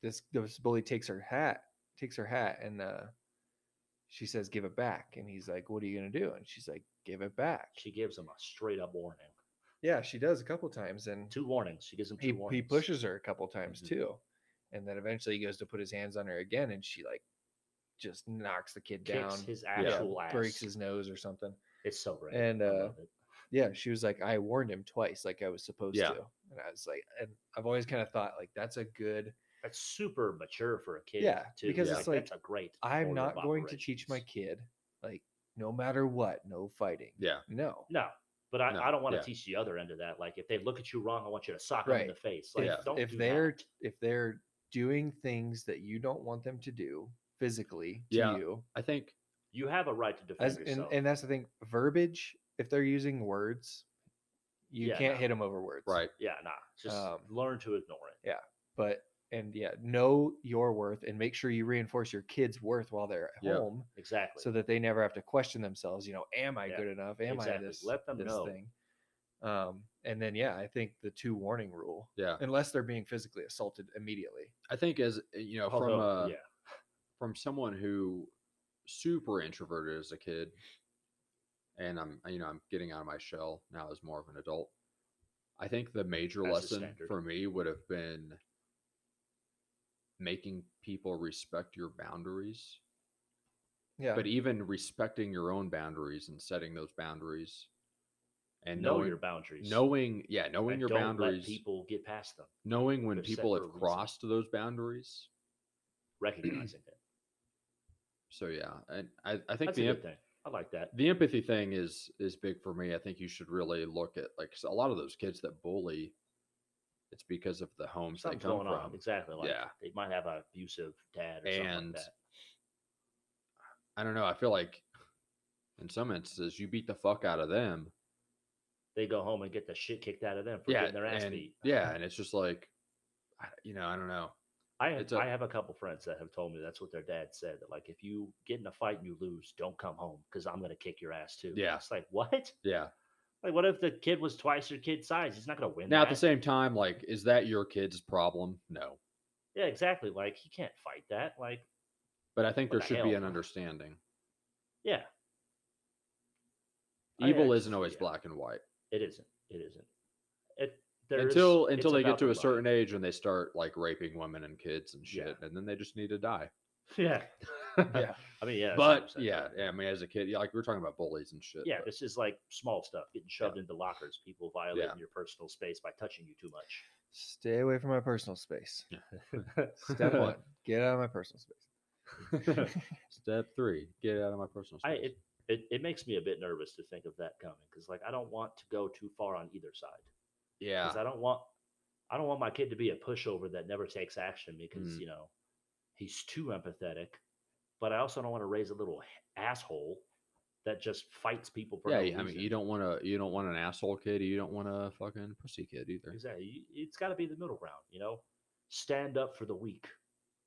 this this bully takes her hat, takes her hat, and uh, she says, "Give it back." And he's like, "What are you gonna do?" And she's like, "Give it back." She gives him a straight up warning. Yeah, she does a couple times, and Two warnings. She Mm-hmm. gives him two he, warnings. he pushes her a couple times Mhm. too and then eventually he goes to put his hands on her again and she like just knocks the kid kicks down his yeah, actual ass. breaks his nose or something It's so great. and, I uh, love it. yeah she was like i warned him twice like i was supposed Yeah. to and i was like and i've always kind of thought like that's a good that's super mature for a kid. Yeah, too. because it's like, that's a great. i'm order not of going to teach my operations. kid like no matter what no fighting Yeah. no No, but I, No, I don't want to yeah. teach the other end of that. Like if they look at you wrong, I want you to sock them in the Right. face. Like Yeah. don't if do they're that. if they're doing things that you don't want them to do physically to Yeah. you I think you have a right to defend as and, yourself. and that's the thing verbiage if they're using words, you Yeah, can't no. hit them over words. Right. Yeah, nah. Just Um, learn to ignore it. But and yeah, know your worth and make sure you reinforce your kids' worth while they're at Yep. home Exactly. so that they never have to question themselves, you know, am I Yeah, good enough? Am exactly. I this Let them this know. thing? Um and then yeah, I think the two warning rule. Yeah. Unless they're being physically assaulted immediately. I think as you know, from Although, uh, yeah, from someone who super introverted as a kid, and I'm you know I'm getting out of my shell now as more of an adult. I think the major That's the lesson standard. for me would have been making people respect your boundaries, Yeah. e but even respecting your own boundaries and setting those boundaries, and know knowing your boundaries. knowing yeah knowing and your don't boundaries, Let people get past them, knowing when they're set people for a have reason. crossed those boundaries. recognizing it. So yeah, and I, I think That's a the good em- thing. I like that. the empathy thing is is big for me. I think you should really look at like 'cause a lot of those kids that bully. It's because of the homes Something's they come going on. from, Exactly. Like Yeah. they might have an abusive dad or something and like that. I don't know. I feel like in some instances you beat the fuck out of them. They go home and get the shit kicked out of them for yeah, getting their ass and, beat. yeah, and it's just like, I- you know, I don't know. I have, it's a- I have a couple friends that have told me that's what their dad said. That like if you get in a fight and you lose, don't come home because I'm gonna kick your ass too. Yeah. It's like what? Yeah. Like what if the kid was twice your kid's size? He's not gonna win. Now at that. the same time, like, is that your kid's problem? No, Yeah, exactly. Like he can't fight that. Like but I think What there the should be hell? an understanding. yeah, I- I Evil just- isn't always yeah. black and white. it isn't. It isn't. It there is- until it's until they about get to the a certain money. age and they start like raping women and kids and Yeah. shit, and then they just need to die. Yeah. yeah. I mean, yeah. that's but 100% yeah, right. yeah, I mean, as a kid, yeah, like we were talking about bullies and shit. Yeah, but- this is like small stuff getting shoved into lockers, people violating your personal space by touching you too much. Stay away from my personal space. Step one, get out of my personal space. Step three: get out of my personal I space. it, it it makes me a bit nervous to think of that coming because like I don't want to go too far on either side yeah, because I don't want I don't want my kid to be a pushover that never takes action because Mm. you know he's too empathetic, but I also don't want to raise a little h- asshole that just fights people for yeah. no I mean, reason. you don't want to you don't want an asshole kid. You don't want a fucking pussy kid either. Exactly. You- It's got to be the middle ground, you know. Stand up for the weak,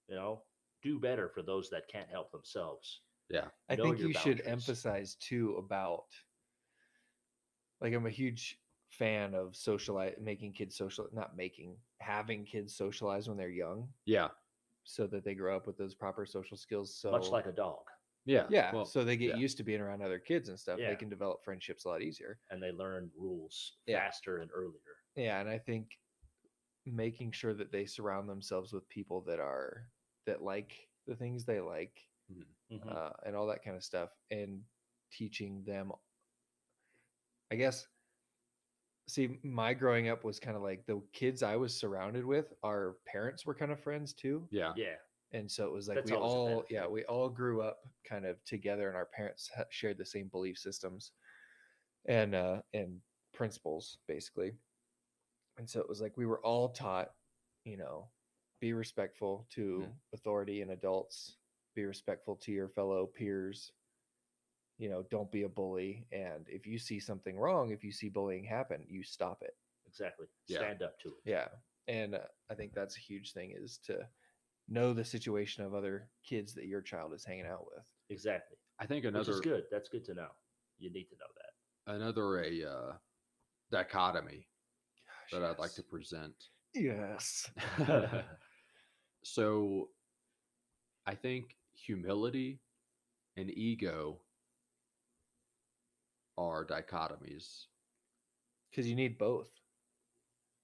you know. Do better for those that can't help themselves. Yeah, I Know think your you should boundaries. emphasize too about like I'm a huge fan of socialize making kids social not making having kids socialize when they're young yeah, so that they grow up with those proper social skills so Much like a dog, yeah, yeah Well, so they get yeah. used to being around other kids and stuff Yeah. they can develop friendships a lot easier and they learn rules Yeah. faster and earlier. yeah and I think making sure that they surround themselves with people that are that like the things they like Mhm. uh, and all that kind of stuff and teaching them i guess see my growing up was kind of like the kids i was surrounded with our parents were kind of friends too yeah, yeah, and so it was like That's we always a all benefit. yeah we all grew up kind of together and our parents ha- shared the same belief systems and uh and principles basically and so it was like we were all taught you know be respectful to Hmm. authority and adults be respectful to your fellow peers you know don't be a bully and if you see something wrong if you see bullying happen you stop it exactly. Yeah. Stand up to it. yeah, and uh, I think that's a huge thing is to know the situation of other kids that your child is hanging out with. Exactly. I think Which is another good. That's good to know. You need to know that. another a uh, dichotomy Gosh, that I'd like yes. to present Yes. so I think humility and ego are dichotomies. Because you need both.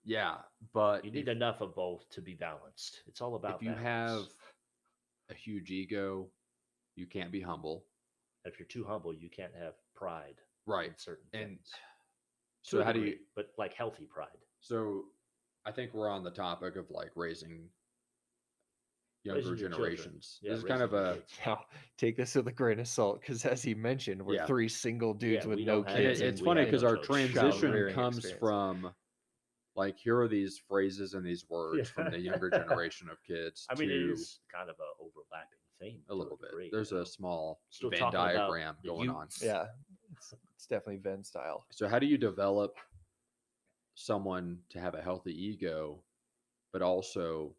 Yeah, but You need Uh, if, enough of both to be balanced. It's all about. if you have balance. a huge ego, you can't be humble. if you're too humble, you can't have pride. in Right. certain and things. To So a how do you degree, But like healthy pride. so I think we're on the topic of like raising younger Raising your children. generations. Yeah, this is kind of raising your a kids. Now, take this with a grain of salt, because as he mentioned, we're Yeah. three single dudes Yeah, with we no don't have- And kids. it- Yeah, and it's we funny had because no our child transition rearing comes experience. from like here are these phrases and these words from the younger Yeah. generation of kids I mean, to it is kind of a overlapping thing. a to little bit. degree, There's you know? a small Still Venn talking about diagram the going on. youths. Yeah. It's, It's definitely Venn style. So how do you develop someone to have a healthy ego, but also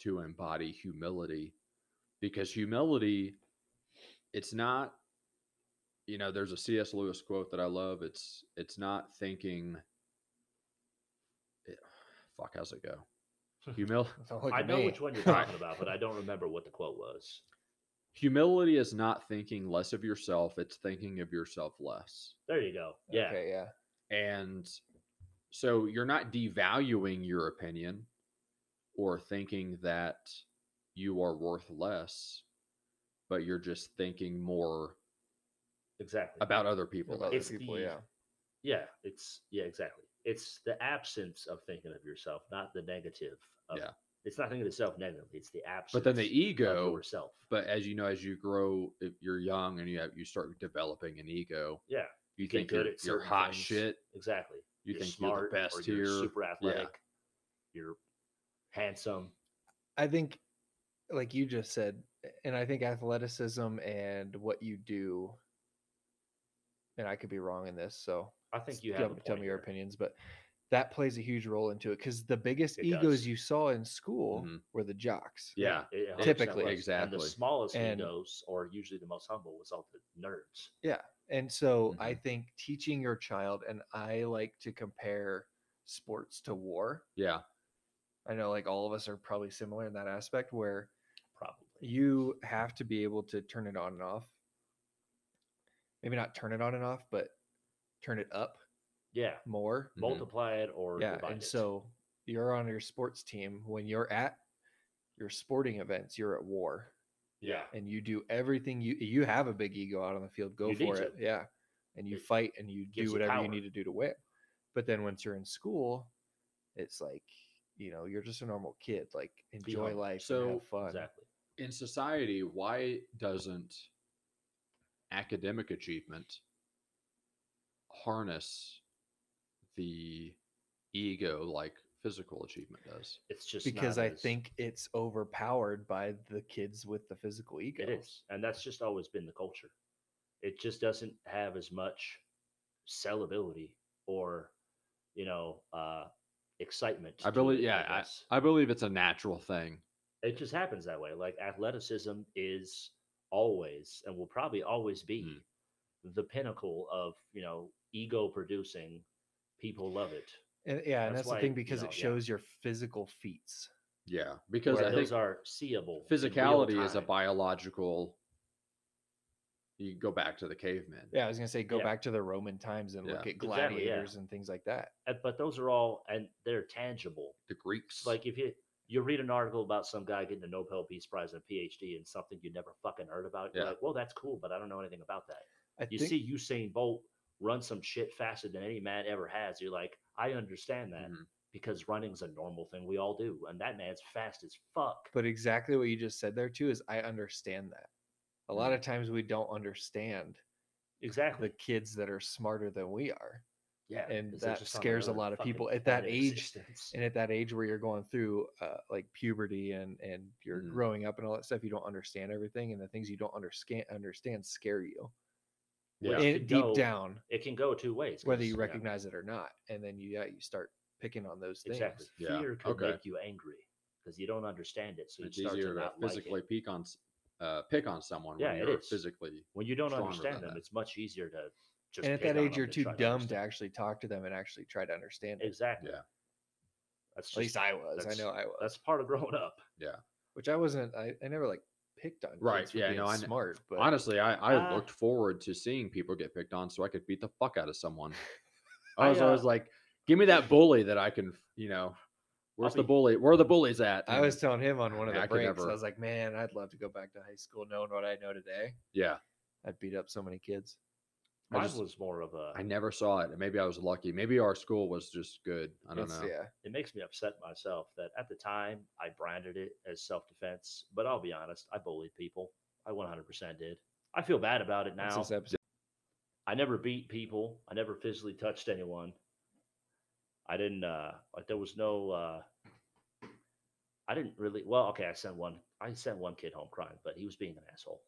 to embody humility? Because humility, it's not, you know, there's a C.S. Lewis quote that I love. It's it's not thinking. it- fuck, how's it go? Humil- Don't look I at know me. which one you're talking about, but I don't remember what the quote was. humility is not thinking less of yourself. It's thinking of yourself less. There you go. Yeah. Okay, yeah. And so you're not devaluing your opinion or thinking that you are worth less, but you're just thinking more Exactly. about other people. About than other It's others. people, the- yeah. Yeah, it's yeah, exactly. It's the absence of thinking of yourself, not the negative. Of, Yeah. It's not thinking of yourself negatively. It's the absence. But then the of ego, yourself. but as you know, as you grow, if you're young and you have, you start developing an ego, Yeah, you, You get think good you're, at you're certain hot things. shit. exactly. You You're think smart you're the best or here. you're super athletic. You're handsome. I think, like you just said, and I think athleticism and what you do, and I could be wrong in this, so I think you have. tell, a me- tell point me your here. opinions, but that plays a huge role into it because the biggest It egos does. Mm-hmm. you saw in school Mhm. were the jocks. yeah. it 100% Typically. was. And Exactly. the smallest And- egos, or usually the most humble, was all the nerds. And so I Mm-hmm. think teaching your child, and I like to compare sports to war. Yeah. I know like all of us are probably similar in that aspect where Probably. you have to be able to turn it on and off. Maybe not turn it on and off, but turn it up Yeah. more. Mhm. Multiply it or Mm-hmm. Yeah. divide And it. so you're on your sports team. When you're at your sporting events, you're at war yeah. and you do everything you you have a big ego out on the field, go You need for to. it. Yeah. And you It fight and you gives do you whatever you power. need to do to win. But then once you're in school, it's like, you know, you're just a normal kid. Like enjoy humble. life and So, have fun. Exactly. in society, why doesn't academic achievement harness the ego like physical achievement does? It's just not because I as- think it's overpowered by the kids with the physical ego. It is. And that's just always been the culture. It just doesn't have as much sellability or, you know, uh excitement. I to believe, it, yeah, I, guess. I believe it's a natural thing. it just happens that way. Like athleticism is always and will probably always Hmm. be the pinnacle of, you know, ego producing people love it. And, yeah, and That's that's the why, thing you because know, yeah. it shows your physical feats. Yeah, because where I those think are seeable. in real physicality is a time. biological. You go back to the cavemen. Yeah, I was gonna say go Yeah. back to the Roman times and look Yeah. at Exactly, yeah. gladiators and things like that. And- But those are all and they're tangible. The Greeks, It's like if you you read an article about some guy getting a Nobel Peace Prize and a PhD and something you never fucking heard about, you're Yeah. like, well, that's cool, but I don't know anything about that. I You think see Usain Bolt run some shit faster than any man ever has. You're like, I understand that Mhm. because running's a normal thing we all do, and that man's fast as fuck. but exactly what you just said there too is I understand that. A Mm-hmm. lot of times we don't understand Exactly. the kids that are smarter than we are. yeah, and 'cause they're that just on scares a another lot of fucking people at that planet age, existence. And at that age where you're going through uh, like puberty and and you're Mm-hmm. Mhm. growing up and all that stuff, you don't understand everything, and the things you don't understand understand scare you. Yeah. Which in- can deep go- down, it can go two ways. whether 'cause, you know, recognize it or not, and then you yeah, you start picking on those things. exactly Yeah, fear could okay. make you angry because you don't understand it, so you it's start easier to to not like it. physically peek on, s- uh, pick on someone Yeah, when it you're is. physically when you don't stronger understand than them, that. it's much easier to just. and at pick that on age, them you're than too try dumb to understand. actually talk to them and actually try to understand it. Exactly. Yeah. That's just, At least I was. I that's- know I was. That's part of growing up. Which I wasn't. I, I never like picked on. Right, kids for yeah, being no, I kn- smart. But Honestly, I, I Ah. looked forward to seeing people get picked on so I could beat the fuck out of someone. I, I was always uh, like, give me that bully that I can, you know, where's the be- bully? Where are the bullies at? I And- was telling him on one of Yeah, the I could breaks. never- I was like, man, I'd love to go back to high school knowing what I know today. yeah, I'd beat up so many kids. I Mine just- was more of a. I never saw it. and Maybe I was lucky. Maybe our school was just good. I don't It's- know. Yeah. It makes me upset myself that at the time I branded it as self defense, but I'll be honest, I bullied people. I 100% did. I feel bad about it That's now. this episode. I never beat people. I never physically touched anyone. I didn't uh like there was no uh I didn't really well, okay, I sent one I sent one kid home crying, but he was being an asshole.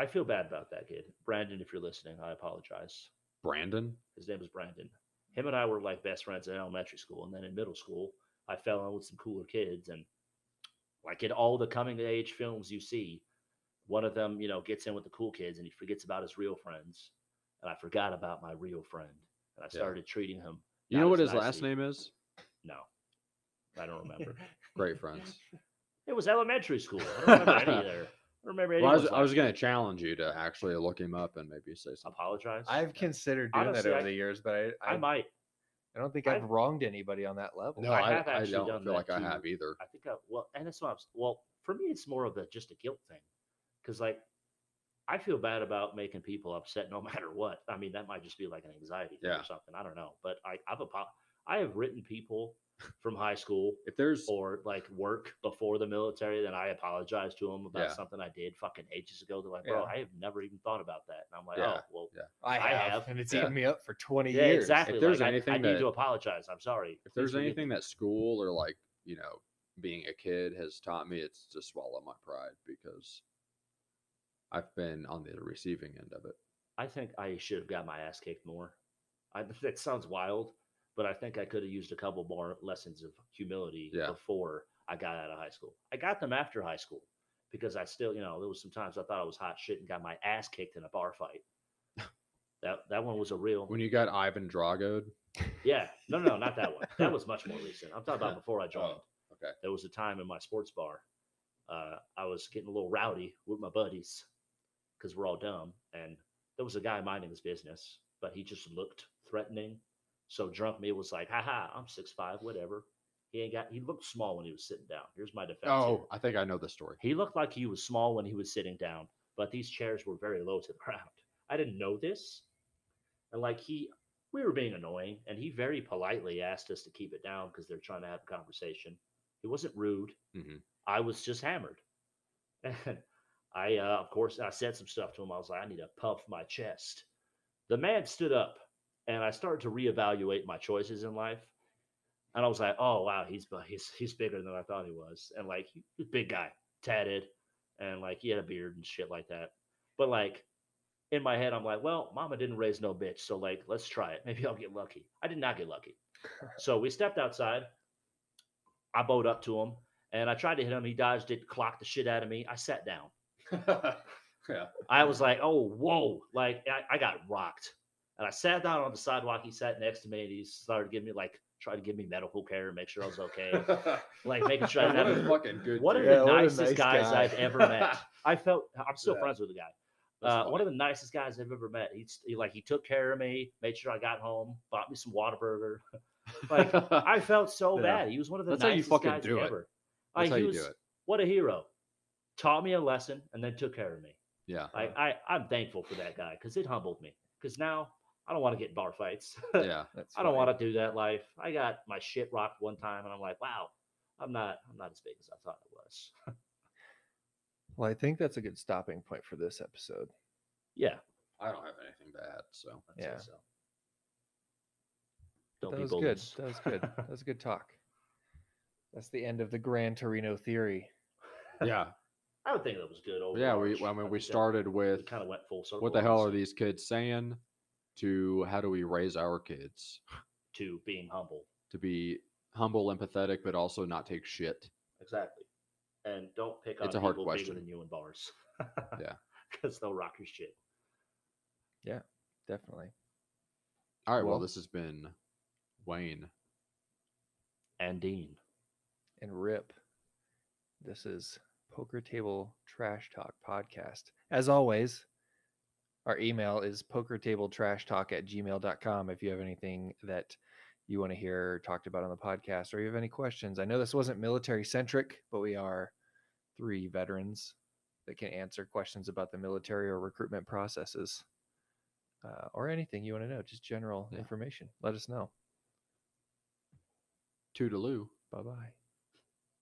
I feel bad about that kid. Brandon, if you're listening, I apologize. Brandon. His name was Brandon. Him and I were like best friends in elementary school. And then in middle school, I fell in with some cooler kids. And like in all the coming of age films you see, one of them, you know, gets in with the cool kids and he forgets about his real friends. And I forgot about my real friend. And I Yeah. started treating him. You not know what as his last nicely. name is? No, I don't remember. Great friends. it was elementary school. I don't remember any of their. I don't remember any. Well, I of was, his I was last going to names. challenge you to actually look him up and maybe say something. apologize. I've considered doing that Honestly, over I- the years, but I, I, I might. I don't think I- I've wronged anybody on that level. No, I I, have I, actually don't done feel that like I too. have either. I think I well, and that's what I'm. s- Well, for me, it's more of a just a guilt thing, because like I feel bad about making people upset no matter what. I mean, that might just be like an anxiety thing Yeah. or something. I don't know, but I I've apo- I have written people from high school If there's or like work before the military, then I apologize to them about Yeah. something I did fucking ages ago. They're like, bro, Yeah. I have never even thought about that, and I'm like, oh Yeah. well. I I have, have, and it's yeah. eaten me up for 20 Yeah, years. exactly. If there's like, I- anything I, that- need to apologize. I'm sorry. if there's Please forgive me. anything that school or like you know being a kid has taught me, it's to swallow my pride because I've been on the receiving end of it. I think I should have got my ass kicked more. I, that sounds wild, but I think I could have used a couple more lessons of humility Yeah. before I got out of high school. I got them after high school because I still, you know, there was some times I thought I was hot shit and got my ass kicked in a bar fight. That that one was a real When you got Ivan Drago'd, yeah. No, no, not that one. That was much more recent. I'm talking about before I joined. Oh, okay. There was a time in my sports bar, uh, I was getting a little rowdy with my buddies because we're all dumb. And there was a guy minding his business, but he just looked threatening. So drunk me was like, haha, I'm 6'5, whatever. He ain't got, he looked small when he was sitting down. Here's my defense. here. oh, I think I know the story. He looked like he was small when he was sitting down, but these chairs were very low to the ground. I didn't know this. And like he, we were being annoying, and he very politely asked us to keep it down because they're trying to have a conversation. It wasn't rude. Mhm. I was just hammered. And I, uh, of course, I said some stuff to him. I was like, I need to puff my chest. The man stood up, and I started to reevaluate my choices in life. And I was like, oh wow, he's bu- he's he's bigger than I thought he was, and like he- he's a big guy, tatted, and like he had a beard and shit like that. But like in my head, I'm like, well, Mama didn't raise no bitch, so like let's try it. Maybe I'll get lucky. I did not get lucky. so we stepped outside. I bowed up to him, and I tried to hit him. He dodged it, clocked the shit out of me. I sat down. I was like, oh, whoa. Like, I, I got rocked. And I sat down on the sidewalk. He sat next to me and he started giving me, like, try to give me medical care and make sure I was okay. like, making sure I what didn't a have a- fucking good One of dude. Yeah, the what a nicest nice guys guy. I've ever met. I felt, I'm still Yeah. friends with the guy. That's Uh, one funny. of the nicest guys I've ever met. He's he, like, he took care of me, made sure I got home, bought me some Whataburger. like, I felt so Yeah. bad. He was one of the That's how you nicest fucking guys do it. ever. That's Like, how he you was, do it. What a hero. Taught me a lesson and then took care of me. Yeah. Like I, I'm thankful for that guy because it humbled me. Because now I don't want to get in bar fights. Yeah. That's I don't fine. want to do that life. I got my shit rocked one time, and I'm like, wow, I'm not, I'm not as big as I thought I was. Well, I think that's a good stopping point for this episode. Yeah, I don't have anything to add. So I'd say Yeah. So. Don't that be was bold. good. That was good. that was good talk. That's the end of the Grand Torino theory. yeah, I don't think that was good. yeah. We overarch. I I mean we think that started with We kind of went full circle. what the hell are honestly, these kids saying? To how do we raise our kids To being humble, to be humble, empathetic, but also not take shit? exactly. And don't pick on It's a hard people question. bigger than you in bars. Yeah. because they'll rock your shit. Definitely. All right. Well, Well- this has been Wayne. And Dean. and rip. This is Poker Table Trash Talk Podcast. As always, our email is pokertabletrashtalk at gmail.com if you have anything that you want to hear talked about on the podcast or you have any questions. I know this wasn't military centric, but we are three veterans that can answer questions about the military or recruitment processes uh, or anything you want to know, just general Yeah. information. Let us know. Toodaloo. Bye bye.